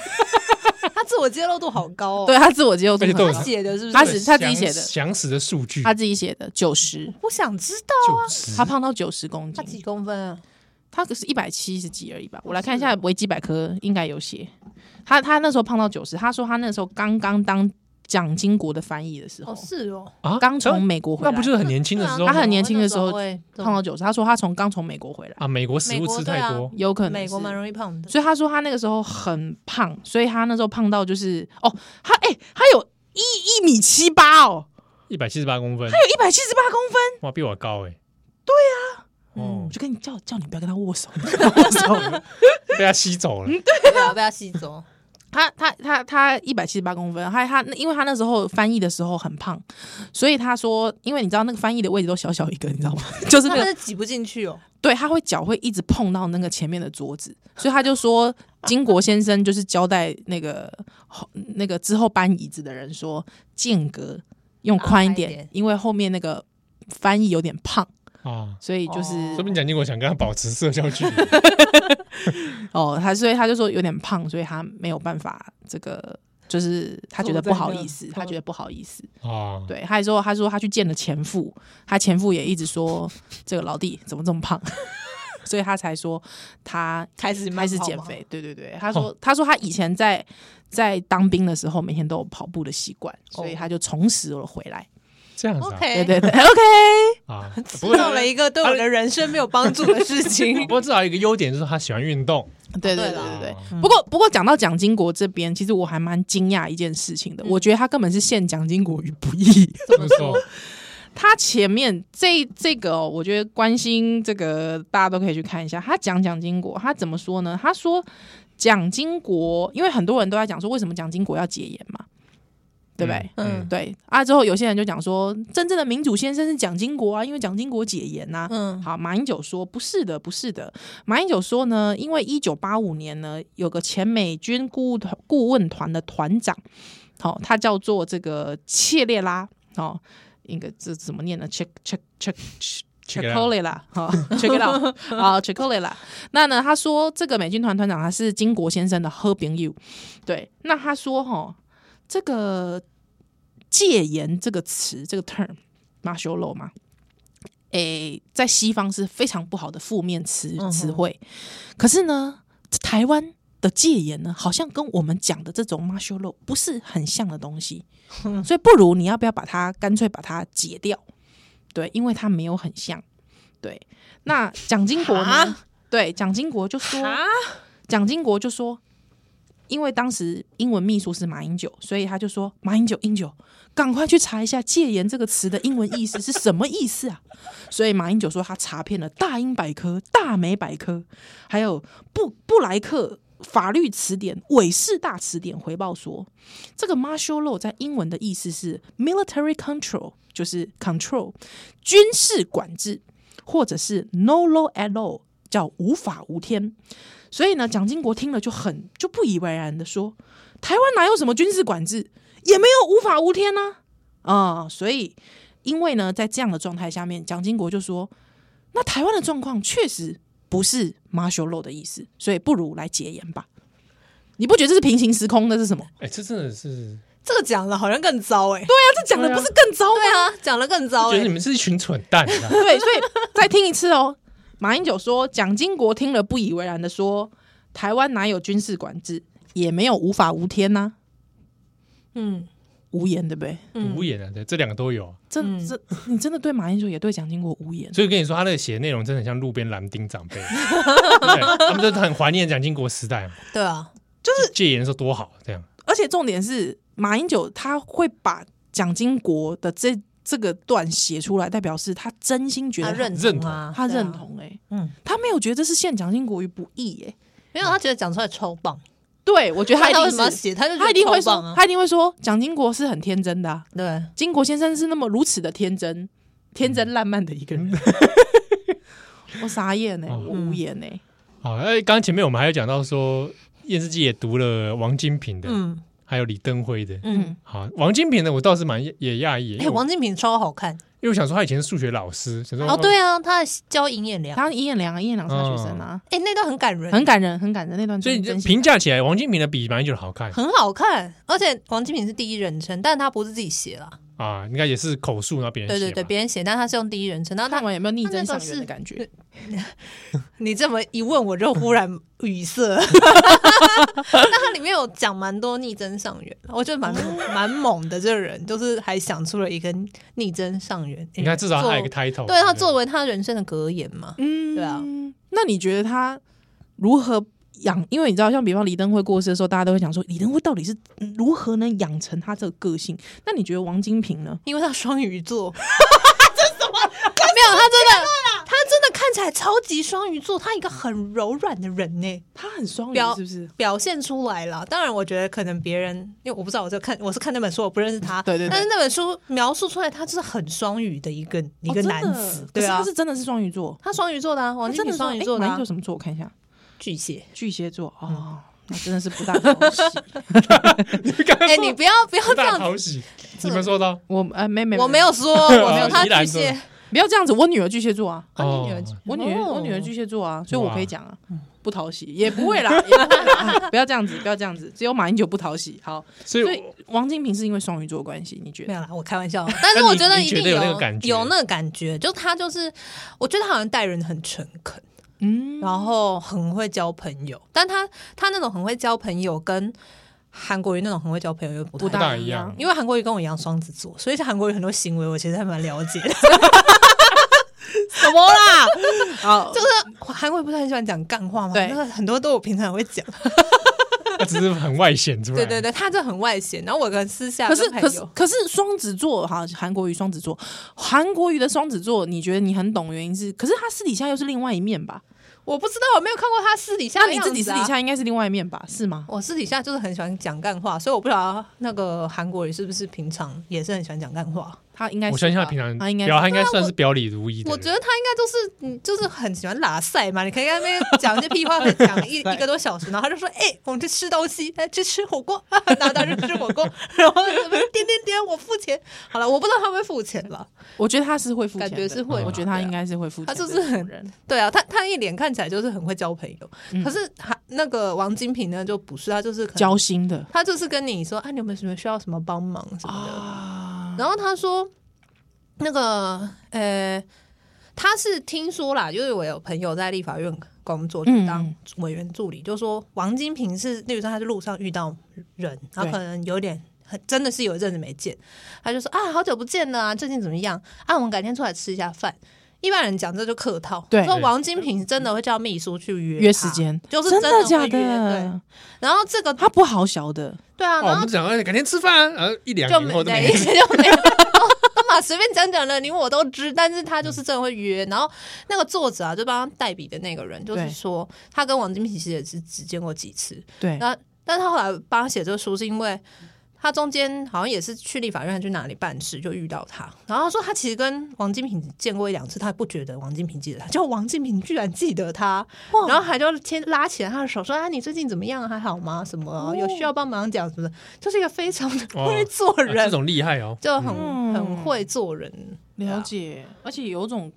[SPEAKER 3] 他自我揭露度好高哦。
[SPEAKER 2] 对，他自我揭露度
[SPEAKER 1] 而且
[SPEAKER 2] 很
[SPEAKER 1] 都有
[SPEAKER 2] 高
[SPEAKER 3] 他，写的是不
[SPEAKER 2] 他
[SPEAKER 3] 是？
[SPEAKER 2] 只他自己写的
[SPEAKER 1] 详详实的数据，
[SPEAKER 2] 他自己写的九十，
[SPEAKER 3] 我想知道
[SPEAKER 1] 就是
[SPEAKER 2] 他胖到九十公
[SPEAKER 3] 他几
[SPEAKER 2] 斤，
[SPEAKER 3] 公分啊？
[SPEAKER 2] 他可是一百七十几而已吧？我来看一下维基百科，应该有写他他那时候胖到九十，他说他那时候刚刚当蒋经国的翻译的时候
[SPEAKER 3] 哦，，是哦，啊
[SPEAKER 1] 啊
[SPEAKER 2] 刚从
[SPEAKER 1] 他
[SPEAKER 2] 美国回来，
[SPEAKER 1] 那不就是很年轻的时候
[SPEAKER 2] 他
[SPEAKER 1] 吗
[SPEAKER 2] 很年轻的时候
[SPEAKER 3] 胖
[SPEAKER 2] 胖到九十？他说他从刚从美国回来，
[SPEAKER 1] 啊？美国食
[SPEAKER 3] 美
[SPEAKER 1] 物
[SPEAKER 3] 国
[SPEAKER 1] 吃
[SPEAKER 3] 对
[SPEAKER 1] 太
[SPEAKER 3] 啊
[SPEAKER 1] 多，
[SPEAKER 2] 有可能
[SPEAKER 3] 美国
[SPEAKER 2] 是
[SPEAKER 3] 蛮容易胖的。
[SPEAKER 2] 所以他说他那个时候很胖，所以他那时候胖到就是哦，他哎、他有一一米七八哦，
[SPEAKER 1] 一百七十八公分，
[SPEAKER 2] 有一百七十八公分。
[SPEAKER 1] 哇，比我高哎。对啊，哦
[SPEAKER 2] 我，就跟你叫叫你不要跟他握手，你不要跟他握手。
[SPEAKER 1] 被他吸走了。
[SPEAKER 3] 对啊，被他吸走。
[SPEAKER 2] 他他他他一百七十八公分，他他那因为他那时候翻译的时候很胖，所以他说，因为你知道那个翻译的位置都小小一个，你知道吗？ 就是
[SPEAKER 3] 他
[SPEAKER 2] 那
[SPEAKER 3] 们
[SPEAKER 2] 个
[SPEAKER 3] 是挤不进去哦。
[SPEAKER 2] 对，他会脚会一直碰到那个前面的桌子，所以他就说，金国先生就是交代那个后那个之后搬椅子的人说，间隔用宽一
[SPEAKER 3] 啊宽一
[SPEAKER 2] 点
[SPEAKER 3] 点，
[SPEAKER 2] 因为后面那个翻译有点胖，
[SPEAKER 1] 啊，
[SPEAKER 2] 所以就是
[SPEAKER 3] 哦
[SPEAKER 1] 说明蒋经国想跟他保持社交 距离，
[SPEAKER 2] 哦他所以他就说有点胖，所以他没有办法这个。就是他觉得不好意思，他觉得不好意思。
[SPEAKER 1] 啊，
[SPEAKER 2] 对，他还说他说他去见了前夫，他前夫也一直说这个老弟怎么这么胖， 所以他才说他
[SPEAKER 3] 开始
[SPEAKER 2] 开
[SPEAKER 3] 慢
[SPEAKER 2] 始
[SPEAKER 3] 跑
[SPEAKER 2] 减
[SPEAKER 3] 吗
[SPEAKER 2] 肥，对对对，他说、他说他以前在在当兵的时候，每天都有跑步的习惯，所
[SPEAKER 3] 哦
[SPEAKER 2] 以他就重拾了回来。
[SPEAKER 1] 这样子啊
[SPEAKER 2] 对
[SPEAKER 3] ，OK，
[SPEAKER 2] 对对 ，OK，
[SPEAKER 1] 啊，不
[SPEAKER 3] 知
[SPEAKER 1] 过
[SPEAKER 3] 道了一个对我的人生没有帮助的事情
[SPEAKER 1] 不。过至少一个优点就是他喜欢运动，啊
[SPEAKER 2] 对对
[SPEAKER 3] 哦对
[SPEAKER 2] 对
[SPEAKER 3] 啦
[SPEAKER 2] 对对。不过不过讲到蒋经国这边，其实我还蛮惊讶一件事情
[SPEAKER 3] 嗯
[SPEAKER 2] 的，我觉得他根本是陷蒋经国于不义。
[SPEAKER 1] 怎么 说？
[SPEAKER 2] 他前面这这个、哦，我觉得关心这个大家都可以去看一下。他讲蒋经国，他怎么说呢？他说蒋经国，因为很多人都在讲说为什么蒋经国要戒严嘛，对不对？
[SPEAKER 1] 嗯
[SPEAKER 3] 嗯
[SPEAKER 2] 对啊，之后有些人就讲说，真正的民主先生是蒋经国啊，因为蒋经国解严啊呐、
[SPEAKER 3] 嗯，
[SPEAKER 2] 好，马英九说不是的，不是的。马英九说呢，因为一九八五年呢，有个前美军顾问团顾问团的团长，好、他叫做这个切列拉，哦，应该这怎么念呢？check check check c h e c k o l e 啦，好 check it out，好 check o l e 啦。那呢，他说这个美军团团长他是金国先生的好朋友，对，那他说哈、这个戒严这个词这个 term 马修楼嘛，诶，在西方是非常不好的负面词
[SPEAKER 3] 嗯哼
[SPEAKER 2] 词汇，可是呢，台湾。的戒严呢，好像跟我们讲的这种马修楼不是很像的东 西，所以不如你要不要把它干脆把它解掉？对，因为它没有很像。对，那蒋经国呢
[SPEAKER 3] 哈？
[SPEAKER 2] 对，蒋经国就说，
[SPEAKER 3] 啊，
[SPEAKER 2] 蒋经国就说，因为当时英文秘书是马英九，所以他就说马英九，英九，赶快去查一下“戒严”这个词的英文意思是什么意思啊？ 所以马英九说他查遍了大英百科、大美百科，还有布布莱克。法律词典、韦氏大词典回报说，这个 martial law 在英文的意思是 military control，就是 control 军事管制，或者是 no law at all，叫无法无天。所以呢，蒋经国听了就很就不以为然的说：“台湾哪有什么军事管制，也没有无法无天呐、啊。所以因为呢，在这样的状态下面，蒋经国就说：“那台湾的状况确实不是 martial law 的意思，所以不如来解严吧。”你不觉得这是平行时空的是什么？
[SPEAKER 1] 哎，这真的是，
[SPEAKER 3] 这个讲了好像更糟哎、
[SPEAKER 2] 对啊，这讲的不是更糟吗？
[SPEAKER 3] 对啊，讲了更糟
[SPEAKER 1] 觉
[SPEAKER 3] 哎、
[SPEAKER 1] 得你们是一群蠢蛋啊！
[SPEAKER 2] 对，所以再听一次哦。马英九说，蒋经国听了不以为然的说：“台湾哪有军事管制，也没有无法无天呐、
[SPEAKER 3] 嗯
[SPEAKER 2] 无言对不对？
[SPEAKER 1] 无言啊，对，这两个都有啊。
[SPEAKER 2] 这
[SPEAKER 3] 嗯
[SPEAKER 2] 这，你真 的对马英九也对蒋经国无言。
[SPEAKER 1] 所以我跟你说，他那个写的内容真的很像路边蓝丁长辈， 对他们都很怀念蒋经国时代嘛，
[SPEAKER 3] 对啊，
[SPEAKER 1] 就是戒严的时候多好，这样
[SPEAKER 2] 而且重点是，马英九他会把蒋经国的这这个段写出来，代表是他真心觉得
[SPEAKER 3] 他认
[SPEAKER 1] 认
[SPEAKER 3] 同
[SPEAKER 1] 同
[SPEAKER 3] 啊，
[SPEAKER 2] 他
[SPEAKER 3] 对啊
[SPEAKER 2] 认，同哎、
[SPEAKER 3] 嗯，
[SPEAKER 2] 他没有觉得这是陷蒋经国于不义耶、
[SPEAKER 3] 没有他觉得讲出来超棒，
[SPEAKER 2] 对我觉得他
[SPEAKER 3] 他
[SPEAKER 2] 一
[SPEAKER 3] 要
[SPEAKER 2] 定
[SPEAKER 3] 什么
[SPEAKER 2] 是，
[SPEAKER 3] 写，他就觉得
[SPEAKER 2] 他一定会
[SPEAKER 3] 超棒
[SPEAKER 2] 说，
[SPEAKER 3] 啊，
[SPEAKER 2] 他一定会说，蒋经国是很天真的、啊，
[SPEAKER 3] 对，
[SPEAKER 2] 金国先生是那么如此的天真、天
[SPEAKER 1] 嗯
[SPEAKER 2] 真烂漫的一 个人，我傻眼呢、欸
[SPEAKER 1] 哦
[SPEAKER 2] 我无言呢、
[SPEAKER 3] 嗯
[SPEAKER 1] 好。哎，刚刚前面我们还有讲到说，燕世纪也读了王金平的，
[SPEAKER 3] 嗯
[SPEAKER 1] 还有李登辉的。
[SPEAKER 3] 嗯，
[SPEAKER 1] 好，王金平的我倒是蛮也也讶异，因
[SPEAKER 3] 哎、
[SPEAKER 1] 为我
[SPEAKER 3] 王金平超好看
[SPEAKER 1] 因为我想说他以前是数学老师，想说
[SPEAKER 3] 哦，对啊，他教尹演良，
[SPEAKER 2] 他一彦良啊，一彦良是他学生啊，
[SPEAKER 3] 哎、那段很感人，
[SPEAKER 2] 很感人，很感人那段
[SPEAKER 1] 哦所以
[SPEAKER 2] 真
[SPEAKER 1] 你
[SPEAKER 2] 的
[SPEAKER 1] 就
[SPEAKER 2] 真心，
[SPEAKER 1] 评价起来，王金平的比马英九的好看
[SPEAKER 3] 很好看，而且王金平是第一人称，但他不是自己写啦，
[SPEAKER 1] 啊，应该也是口述，然后别人
[SPEAKER 3] 对对
[SPEAKER 1] 写
[SPEAKER 3] 对，
[SPEAKER 1] 嘛
[SPEAKER 3] 别人写，但他是用第一人称，然后
[SPEAKER 2] 看
[SPEAKER 3] 他
[SPEAKER 2] 完有没有逆
[SPEAKER 3] 他那
[SPEAKER 2] 增上
[SPEAKER 3] 个
[SPEAKER 2] 缘的
[SPEAKER 3] 是
[SPEAKER 2] 感觉？
[SPEAKER 3] 你这么一问，我就忽然 语塞。那它里面有讲蛮多逆增上缘，我觉得蛮蛮猛的。这个人就是还想出了一个逆增上缘，
[SPEAKER 1] 你看至少他还有一个
[SPEAKER 3] 作
[SPEAKER 1] title，
[SPEAKER 3] 对他
[SPEAKER 1] 不
[SPEAKER 3] 作为他人生的格言嘛。
[SPEAKER 2] 嗯
[SPEAKER 3] 对啊。
[SPEAKER 2] 那你觉得他如何养？因为你知道，像比方李登辉过世的时候，大家都会讲说李登辉到底是如何能养成他这个个性？那你觉得王金平呢？
[SPEAKER 3] 因为他双鱼 座，这什么？啊没有，他真的，他真的看起来超级双鱼座，他一个很柔软的人呢，
[SPEAKER 2] 他很双鱼
[SPEAKER 3] 表
[SPEAKER 2] 是不是？
[SPEAKER 3] 表现出来了。当然，我觉得可能别人，因为我不知道，我就看我是看那本书，我不认识他。
[SPEAKER 2] 对对对
[SPEAKER 3] 但是那本书描述出来，他就是很双鱼的一个一个
[SPEAKER 2] 哦真的
[SPEAKER 3] 男子，
[SPEAKER 2] 可
[SPEAKER 3] 对
[SPEAKER 2] 是
[SPEAKER 3] 啊
[SPEAKER 2] 他，是真的是双鱼座，
[SPEAKER 3] 他双鱼座的啊，王
[SPEAKER 2] 他
[SPEAKER 3] 金
[SPEAKER 2] 真的
[SPEAKER 3] 平
[SPEAKER 2] 是
[SPEAKER 3] 双鱼座的
[SPEAKER 2] 哎马
[SPEAKER 3] 啊
[SPEAKER 2] 英九，什么座？我看一下，
[SPEAKER 3] 巨蟹。
[SPEAKER 2] 巨蟹座哦，那真的是不大讨喜。
[SPEAKER 3] 哎，你不要不要
[SPEAKER 1] 不
[SPEAKER 3] 这
[SPEAKER 1] 大
[SPEAKER 3] 样
[SPEAKER 1] 讨
[SPEAKER 3] 子，
[SPEAKER 1] 喜，
[SPEAKER 3] 这
[SPEAKER 1] 你们说的
[SPEAKER 2] 我呃，没没，
[SPEAKER 3] 我没有说，我没 有
[SPEAKER 1] 哦
[SPEAKER 3] 他
[SPEAKER 1] 宜兰
[SPEAKER 3] 巨蟹
[SPEAKER 1] 座，
[SPEAKER 2] 不要这样子。我女儿巨蟹座啊，
[SPEAKER 3] 啊你女儿
[SPEAKER 2] 我女儿我女儿
[SPEAKER 3] 哦嗯
[SPEAKER 2] 巨蟹座啊，所以
[SPEAKER 1] 哇
[SPEAKER 2] 我可以讲啊，不讨喜也不会啦，也不会啦， 啊不要这样子，不要这样子，只有马英九不讨喜。好，
[SPEAKER 1] 所以
[SPEAKER 2] 所以王金平是因为双鱼座的关系，你觉
[SPEAKER 3] 没
[SPEAKER 2] 得？
[SPEAKER 3] 有啦，我开玩 笑。但是我觉得一定
[SPEAKER 1] 你觉得有那个感觉
[SPEAKER 3] 有那个感觉，就他就是，我觉得他好像待人很诚恳，
[SPEAKER 2] 嗯，
[SPEAKER 3] 然后很会交朋友。但他他那种很会交朋友，跟韩国瑜那种很会交朋友又不
[SPEAKER 2] 不
[SPEAKER 3] 太
[SPEAKER 1] 大
[SPEAKER 2] 大
[SPEAKER 1] 一
[SPEAKER 2] 一
[SPEAKER 1] 样
[SPEAKER 2] 样，
[SPEAKER 3] 因为韩国瑜跟我一样双子座，所以韩国瑜很多行为我其实还蛮了解 的。什么啦？
[SPEAKER 2] 好
[SPEAKER 3] 就，是韩国瑜不是很喜欢讲干话吗？
[SPEAKER 2] 对
[SPEAKER 3] 那很多都我平常也会讲。
[SPEAKER 1] 他 只是很外显出来，
[SPEAKER 3] 对对对，他这很外显。然后我跟私下
[SPEAKER 2] 可是
[SPEAKER 3] 跟朋
[SPEAKER 2] 可是
[SPEAKER 3] 友
[SPEAKER 2] 可是双子座哈，韩国瑜双子座，韩国瑜的双子座，你觉得你很懂原因是？可是他私底下又是另外一面吧？
[SPEAKER 3] 我不知道，我没有看过他私底下
[SPEAKER 2] 那
[SPEAKER 3] 的
[SPEAKER 2] 你
[SPEAKER 3] 样子啊。
[SPEAKER 2] 自己私底下应该是另外一面吧？是吗？
[SPEAKER 3] 我私底下就是很喜欢讲干话，所以我不知道那个韩国人是不是平常也是很喜欢讲干话。
[SPEAKER 2] 他应该是吧
[SPEAKER 1] 我相信他平常
[SPEAKER 2] 他应该
[SPEAKER 1] 表，他应该算是表里如一的人。
[SPEAKER 3] 啊我觉得他应该都是，嗯，就是很喜欢拉塞嘛。你可以在那边讲一些屁话，可以讲一一个多小时，然后他就说：“哎、我们去吃东西，哎，去吃火锅。” 然后他就吃火锅，然后这边点点点，我付钱。好了，我不知道他会付钱了。
[SPEAKER 2] 我觉得他是会付钱的，嗯
[SPEAKER 3] 感觉是会
[SPEAKER 2] 我
[SPEAKER 3] 嘛
[SPEAKER 2] 觉得他
[SPEAKER 3] 对啊
[SPEAKER 2] 应该是会付钱的
[SPEAKER 3] 他
[SPEAKER 2] 那种
[SPEAKER 3] 就
[SPEAKER 2] 人，
[SPEAKER 3] 是很对啊，他他一脸看起来就是很会交朋友，
[SPEAKER 2] 嗯
[SPEAKER 3] 可是他那个王金平呢就不是，他就是可能
[SPEAKER 2] 交心的
[SPEAKER 3] 他就是跟你说：“啊，你有没有什么需要什么帮忙什么的？”
[SPEAKER 2] 啊。
[SPEAKER 3] 然后他说，那个呃，他是听说啦，就是我有朋友在立法院工作，就
[SPEAKER 2] 嗯
[SPEAKER 3] 当委员助理，就说王金平是，例如说他在路上遇到人，他
[SPEAKER 2] 对
[SPEAKER 3] 可能有点。很真的是有一阵子没见，他就说啊，好久不见了啊，最近怎么样啊？我们改天出来吃一下饭。一般人讲这就客套，
[SPEAKER 2] 对
[SPEAKER 3] 说王金平真的会叫秘书去约
[SPEAKER 2] 约
[SPEAKER 3] 他
[SPEAKER 2] 时，间，
[SPEAKER 3] 就是
[SPEAKER 2] 真的
[SPEAKER 3] 会
[SPEAKER 2] 假
[SPEAKER 3] 约对，
[SPEAKER 2] 的？
[SPEAKER 3] 然后这个
[SPEAKER 2] 他不好小的，
[SPEAKER 3] 对啊，
[SPEAKER 1] 哦，我
[SPEAKER 3] 然后
[SPEAKER 1] 们讲，哎，改天吃饭啊，然后一两
[SPEAKER 3] 就
[SPEAKER 1] 年
[SPEAKER 3] 没
[SPEAKER 1] 后都没
[SPEAKER 3] 对，以前就没有。哦干嘛随便讲讲了，你我都知，但是他
[SPEAKER 1] 嗯
[SPEAKER 3] 就是真的会约。然后那个作者啊，就帮他代笔的那个人，就是
[SPEAKER 2] 对
[SPEAKER 3] 说他跟王金平其实也是只见过几次。
[SPEAKER 2] 对，
[SPEAKER 3] 那但是他后来帮他写这个书，是因为他中间好像也是去立法院还是去哪里办事，就遇到他。然后他说他其实跟王金平见过一两次，他不觉得王金平记得他，结果王金平居然记得他，然后还就牵拉起了他的手说：“啊，你最近怎么样？还好吗？什么有需要帮忙讲什么的？”就是一个非常
[SPEAKER 1] 哦
[SPEAKER 3] 会做
[SPEAKER 1] 啊
[SPEAKER 3] 人
[SPEAKER 1] 这种厉害哦，
[SPEAKER 3] 就很、
[SPEAKER 2] 嗯
[SPEAKER 3] 很会做人，
[SPEAKER 2] 了解，啊而且有种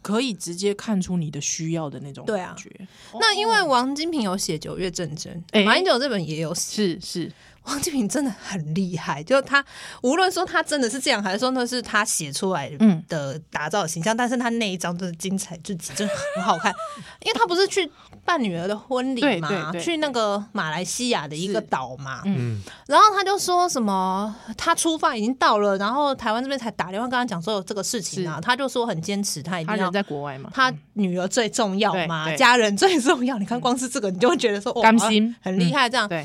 [SPEAKER 2] 可以直接看出你的需要的那种
[SPEAKER 3] 对
[SPEAKER 2] 感
[SPEAKER 3] 啊
[SPEAKER 2] 觉。
[SPEAKER 3] 那因为王金平有写《九月战争
[SPEAKER 2] 哎》，
[SPEAKER 3] 马英九这本也有写。
[SPEAKER 2] 是是，
[SPEAKER 3] 王金平真的很厉害，就是他无论说他真的是这样，还是说那是他写出来
[SPEAKER 2] 嗯
[SPEAKER 3] 的打造的形象，但是他那一张真的精彩至极，真的很好看。因为他不是去办女儿的婚礼
[SPEAKER 2] 对
[SPEAKER 3] 嘛，
[SPEAKER 2] 对对
[SPEAKER 3] 去那个马来西亚的一个
[SPEAKER 2] 是
[SPEAKER 3] 岛嘛，
[SPEAKER 1] 嗯，
[SPEAKER 3] 然后他就说什么他出发已经到了，然后台湾这边才打电话跟他讲说有这个事情啊，他就说很坚持，他一定
[SPEAKER 2] 他
[SPEAKER 3] 要
[SPEAKER 2] 人在国外嘛，
[SPEAKER 3] 他女儿最重要嘛，
[SPEAKER 2] 对对
[SPEAKER 3] 家人最重要。你看，光是这个，你就会觉得说，哦，
[SPEAKER 2] 甘心
[SPEAKER 3] 好像很厉害。这样，
[SPEAKER 2] 对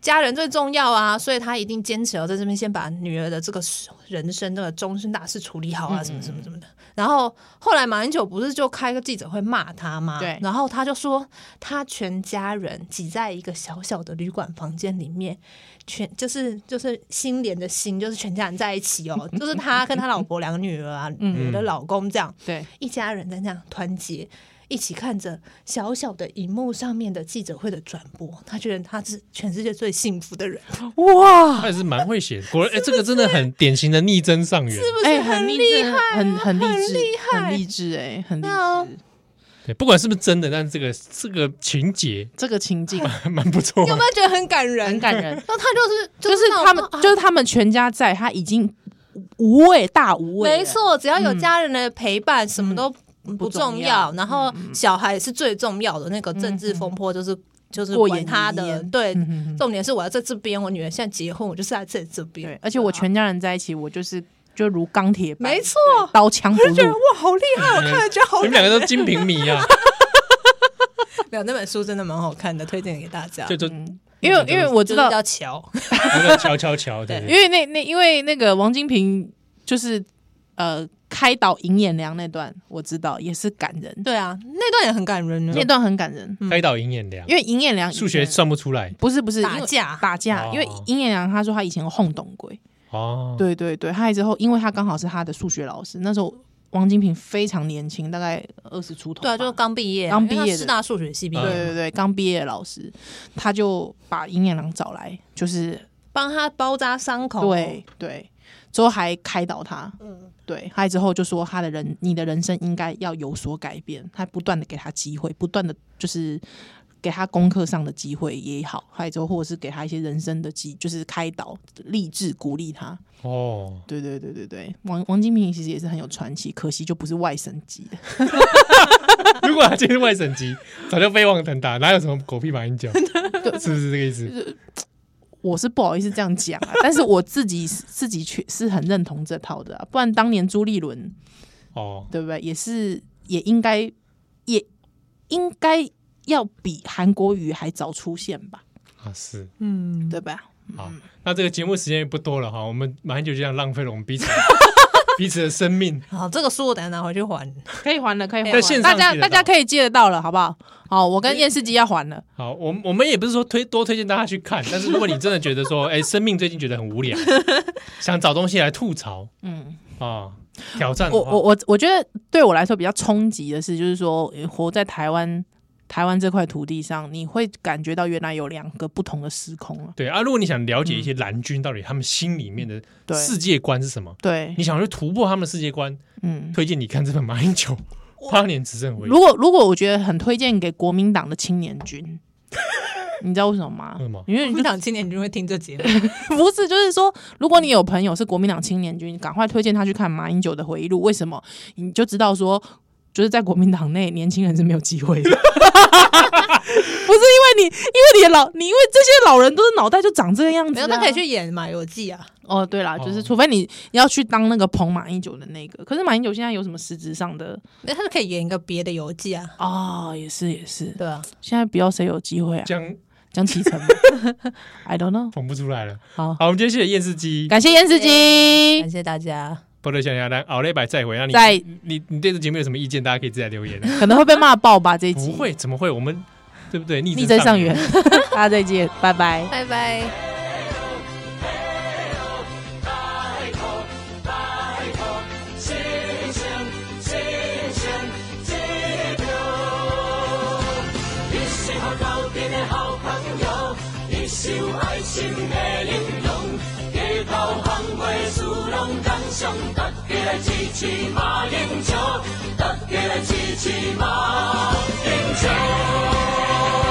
[SPEAKER 3] 家人最重要啊，所以他一定坚持要在这边先把女儿的这个人生这个终身大事处理好啊，什么什么什么的。然后后来马英九不是就开个记者会骂他吗？
[SPEAKER 2] 对
[SPEAKER 3] 然后他就说，他全家人挤在一个小小的旅馆房间里面，全就是就是心连着心，就是全家人在一起哦，就是他跟他老婆两个女儿啊，女儿的老公这样。
[SPEAKER 2] 对，
[SPEAKER 3] 一家人在那样团结，一起看着小小的荧幕上面的记者会的转播，他觉得他是全世界最幸福的人，
[SPEAKER 2] 哇，
[SPEAKER 3] 啊
[SPEAKER 1] 他也是蛮会写的，果然，哎，这个真的很典型的逆增上缘，
[SPEAKER 3] 不
[SPEAKER 2] 哎，
[SPEAKER 3] 是很
[SPEAKER 2] 励
[SPEAKER 3] 厉
[SPEAKER 2] 志
[SPEAKER 3] 害啊、
[SPEAKER 2] 很很励志，
[SPEAKER 3] 厉害
[SPEAKER 2] 很励志，哎，很励
[SPEAKER 3] 对啊
[SPEAKER 2] 志。
[SPEAKER 1] 对，不管是不是真的，但这个这个情节
[SPEAKER 2] 这个情境
[SPEAKER 1] 还蛮不错
[SPEAKER 3] 有
[SPEAKER 1] 的
[SPEAKER 3] 没，有觉得很感人？
[SPEAKER 2] 很感人，
[SPEAKER 3] 然后他就是
[SPEAKER 2] 就是是
[SPEAKER 3] 那
[SPEAKER 2] 他
[SPEAKER 3] 种哦啊
[SPEAKER 2] 们，就是他们全家在，他已经无畏大无畏，
[SPEAKER 3] 没，错，只要有家人的陪伴，什么都
[SPEAKER 2] 嗯
[SPEAKER 3] 不重
[SPEAKER 2] 重要嗯
[SPEAKER 3] 然后小孩是最重要的，那个政治风波就是。就是
[SPEAKER 2] 过
[SPEAKER 3] 管
[SPEAKER 2] 眼
[SPEAKER 3] 他
[SPEAKER 2] 云
[SPEAKER 3] 的，
[SPEAKER 2] 烟
[SPEAKER 3] 对，
[SPEAKER 2] 嗯哼哼
[SPEAKER 3] 重点是我要在这边，我女儿现在结婚，我就是在这这边
[SPEAKER 2] 对，，而且我全家人在一起，我就是就如钢铁般，
[SPEAKER 3] 啊没错，
[SPEAKER 2] 刀枪不
[SPEAKER 3] 我就觉得
[SPEAKER 2] 入
[SPEAKER 3] 哇，，好厉害，我看了觉得好
[SPEAKER 1] 你们两个都金瓶迷啊，
[SPEAKER 3] 没有那本书真的蛮好看的，推荐给大家。
[SPEAKER 1] 就就
[SPEAKER 2] 因为因为我知
[SPEAKER 3] 就是
[SPEAKER 2] 道，
[SPEAKER 3] 叫乔，
[SPEAKER 1] 那个敲敲敲，对，
[SPEAKER 2] 因为那那因为那个王金平就是呃开导尹衍梁那段，我知道也是感人，
[SPEAKER 3] 对啊，那段也很感人呢
[SPEAKER 2] 那。段很感人，啊
[SPEAKER 1] 对开导银眼良，
[SPEAKER 2] 因为尹衍梁以前
[SPEAKER 1] 数学算不出来
[SPEAKER 2] 不是不是
[SPEAKER 3] 打
[SPEAKER 2] 因为
[SPEAKER 3] 架
[SPEAKER 2] 打架，
[SPEAKER 1] 哦
[SPEAKER 2] 因为尹衍梁他说他以前有轰懂鬼，
[SPEAKER 1] 哦，
[SPEAKER 2] 对对对，他之后因为他刚好是他的数学老师，那时候王金平非常年轻，大概二十出头吧，
[SPEAKER 3] 对啊，就是刚毕业啊，
[SPEAKER 2] 刚毕业的
[SPEAKER 3] 因为他师大数学系毕
[SPEAKER 2] 对
[SPEAKER 3] 业，
[SPEAKER 2] 对对，刚毕业的老师，他就把银眼郎找来，就是
[SPEAKER 3] 帮他包扎伤口。
[SPEAKER 2] 对哦对，之后还开导他，嗯，对，还之后就说他的人，你的人生应该要有所改变，他不断的给他机会，不断的就是给他功课上的机会也好，还之后或者是给他一些人生的机，就是开导、励志、鼓励他。
[SPEAKER 1] 哦，
[SPEAKER 2] 对对对对对，王王金平其实也是很有传奇，可惜就不是外省籍的。
[SPEAKER 1] 如果他今天是外省籍，早就飞黄腾达，哪有什么狗屁马英九？是不是这个意思？
[SPEAKER 2] 我是不好意思这样讲啊，但是我自己自己却是很认同这套的、啊，不然当年朱立伦
[SPEAKER 1] 哦，
[SPEAKER 2] 对不对？也是也应该也应该要比韩国瑜还早出现吧，
[SPEAKER 1] 啊是，
[SPEAKER 3] 嗯，
[SPEAKER 2] 对吧？
[SPEAKER 1] 好，那这个节目时间也不多了哈，我们马英九就这样浪费了我们彼此彼此的生命。
[SPEAKER 3] 好，这个书我等下拿回去还。
[SPEAKER 2] 可以还了，可以还
[SPEAKER 3] 在
[SPEAKER 2] 了。
[SPEAKER 1] 线上
[SPEAKER 2] 大家
[SPEAKER 1] 借得
[SPEAKER 2] 大
[SPEAKER 1] 到
[SPEAKER 2] 家可以借得到了，好不好？好，我跟验视机要还了。
[SPEAKER 1] 好，我们我们也不是说推多推荐大家去看，但是如果你真的觉得说，哎、生命最近觉得很无聊，想找东西来吐槽
[SPEAKER 2] 嗯，
[SPEAKER 1] 啊、挑战的
[SPEAKER 2] 我
[SPEAKER 1] 话，
[SPEAKER 2] 我我我觉得对我来说比较冲击的是，就是说呃活在台湾台湾这块土地上，你会感觉到原来有两个不同的时空了。
[SPEAKER 1] 对啊，如果你想了解一些蓝军到底他们心里面的
[SPEAKER 2] 嗯对
[SPEAKER 1] 世界观是什么，
[SPEAKER 2] 对，
[SPEAKER 1] 你想去突破他们的世界观，
[SPEAKER 2] 嗯。
[SPEAKER 1] 推荐你看这本《马英九八年执政回忆》。
[SPEAKER 2] 如果如果我觉得很推荐给国民党的青年军，你知道为什么吗？
[SPEAKER 1] 为什么
[SPEAKER 2] 因为
[SPEAKER 3] 你
[SPEAKER 2] 你
[SPEAKER 3] 们
[SPEAKER 2] 就
[SPEAKER 3] 党今年你就会听这节目，
[SPEAKER 2] 不是，就是说，如果你有朋友是国民党青年军，赶快推荐他去看马英九的回忆录。为什么？你就知道说，就是在国民党内，年轻人是没有机会的。不是因为你，因为你的老，你因为这些老人都是脑袋就长这个样子、啊，
[SPEAKER 3] 没有，他可以去演《马游记》啊。
[SPEAKER 2] 哦，对啦，就
[SPEAKER 1] 哦
[SPEAKER 2] 是除非你要去当那个捧马英九的那个，可是马英九现在有什么实质上的
[SPEAKER 3] 那他就可以演一个别的游记啊。
[SPEAKER 2] 哦，也是也是，
[SPEAKER 3] 对啊，
[SPEAKER 2] 现在不要谁有机会啊，
[SPEAKER 1] 将
[SPEAKER 2] 江启程吗，I don't know。
[SPEAKER 1] 缝不出来了。
[SPEAKER 2] 好，
[SPEAKER 1] 好，我们今天谢谢验视机，
[SPEAKER 2] 感谢严司机
[SPEAKER 3] 感，谢大家，
[SPEAKER 1] 波特小鸭蛋，奥利百再回。啊那你
[SPEAKER 2] 在
[SPEAKER 1] 你你对这节目有什么意见？大家可以自己来留言、 啊。
[SPEAKER 2] 可能会被骂爆吧这一集，
[SPEAKER 1] 不会，怎么会？我们对不对？逆
[SPEAKER 2] 逆增上
[SPEAKER 1] 缘
[SPEAKER 2] 缘。， 大家再见，拜拜。
[SPEAKER 3] 拜拜。
[SPEAKER 4] 新鲜，新鲜，这条，你是我告别的好朋友，你是爱心的玲珑，街头巷尾树拢感上，大家来支持马英九，大家来支持马英九。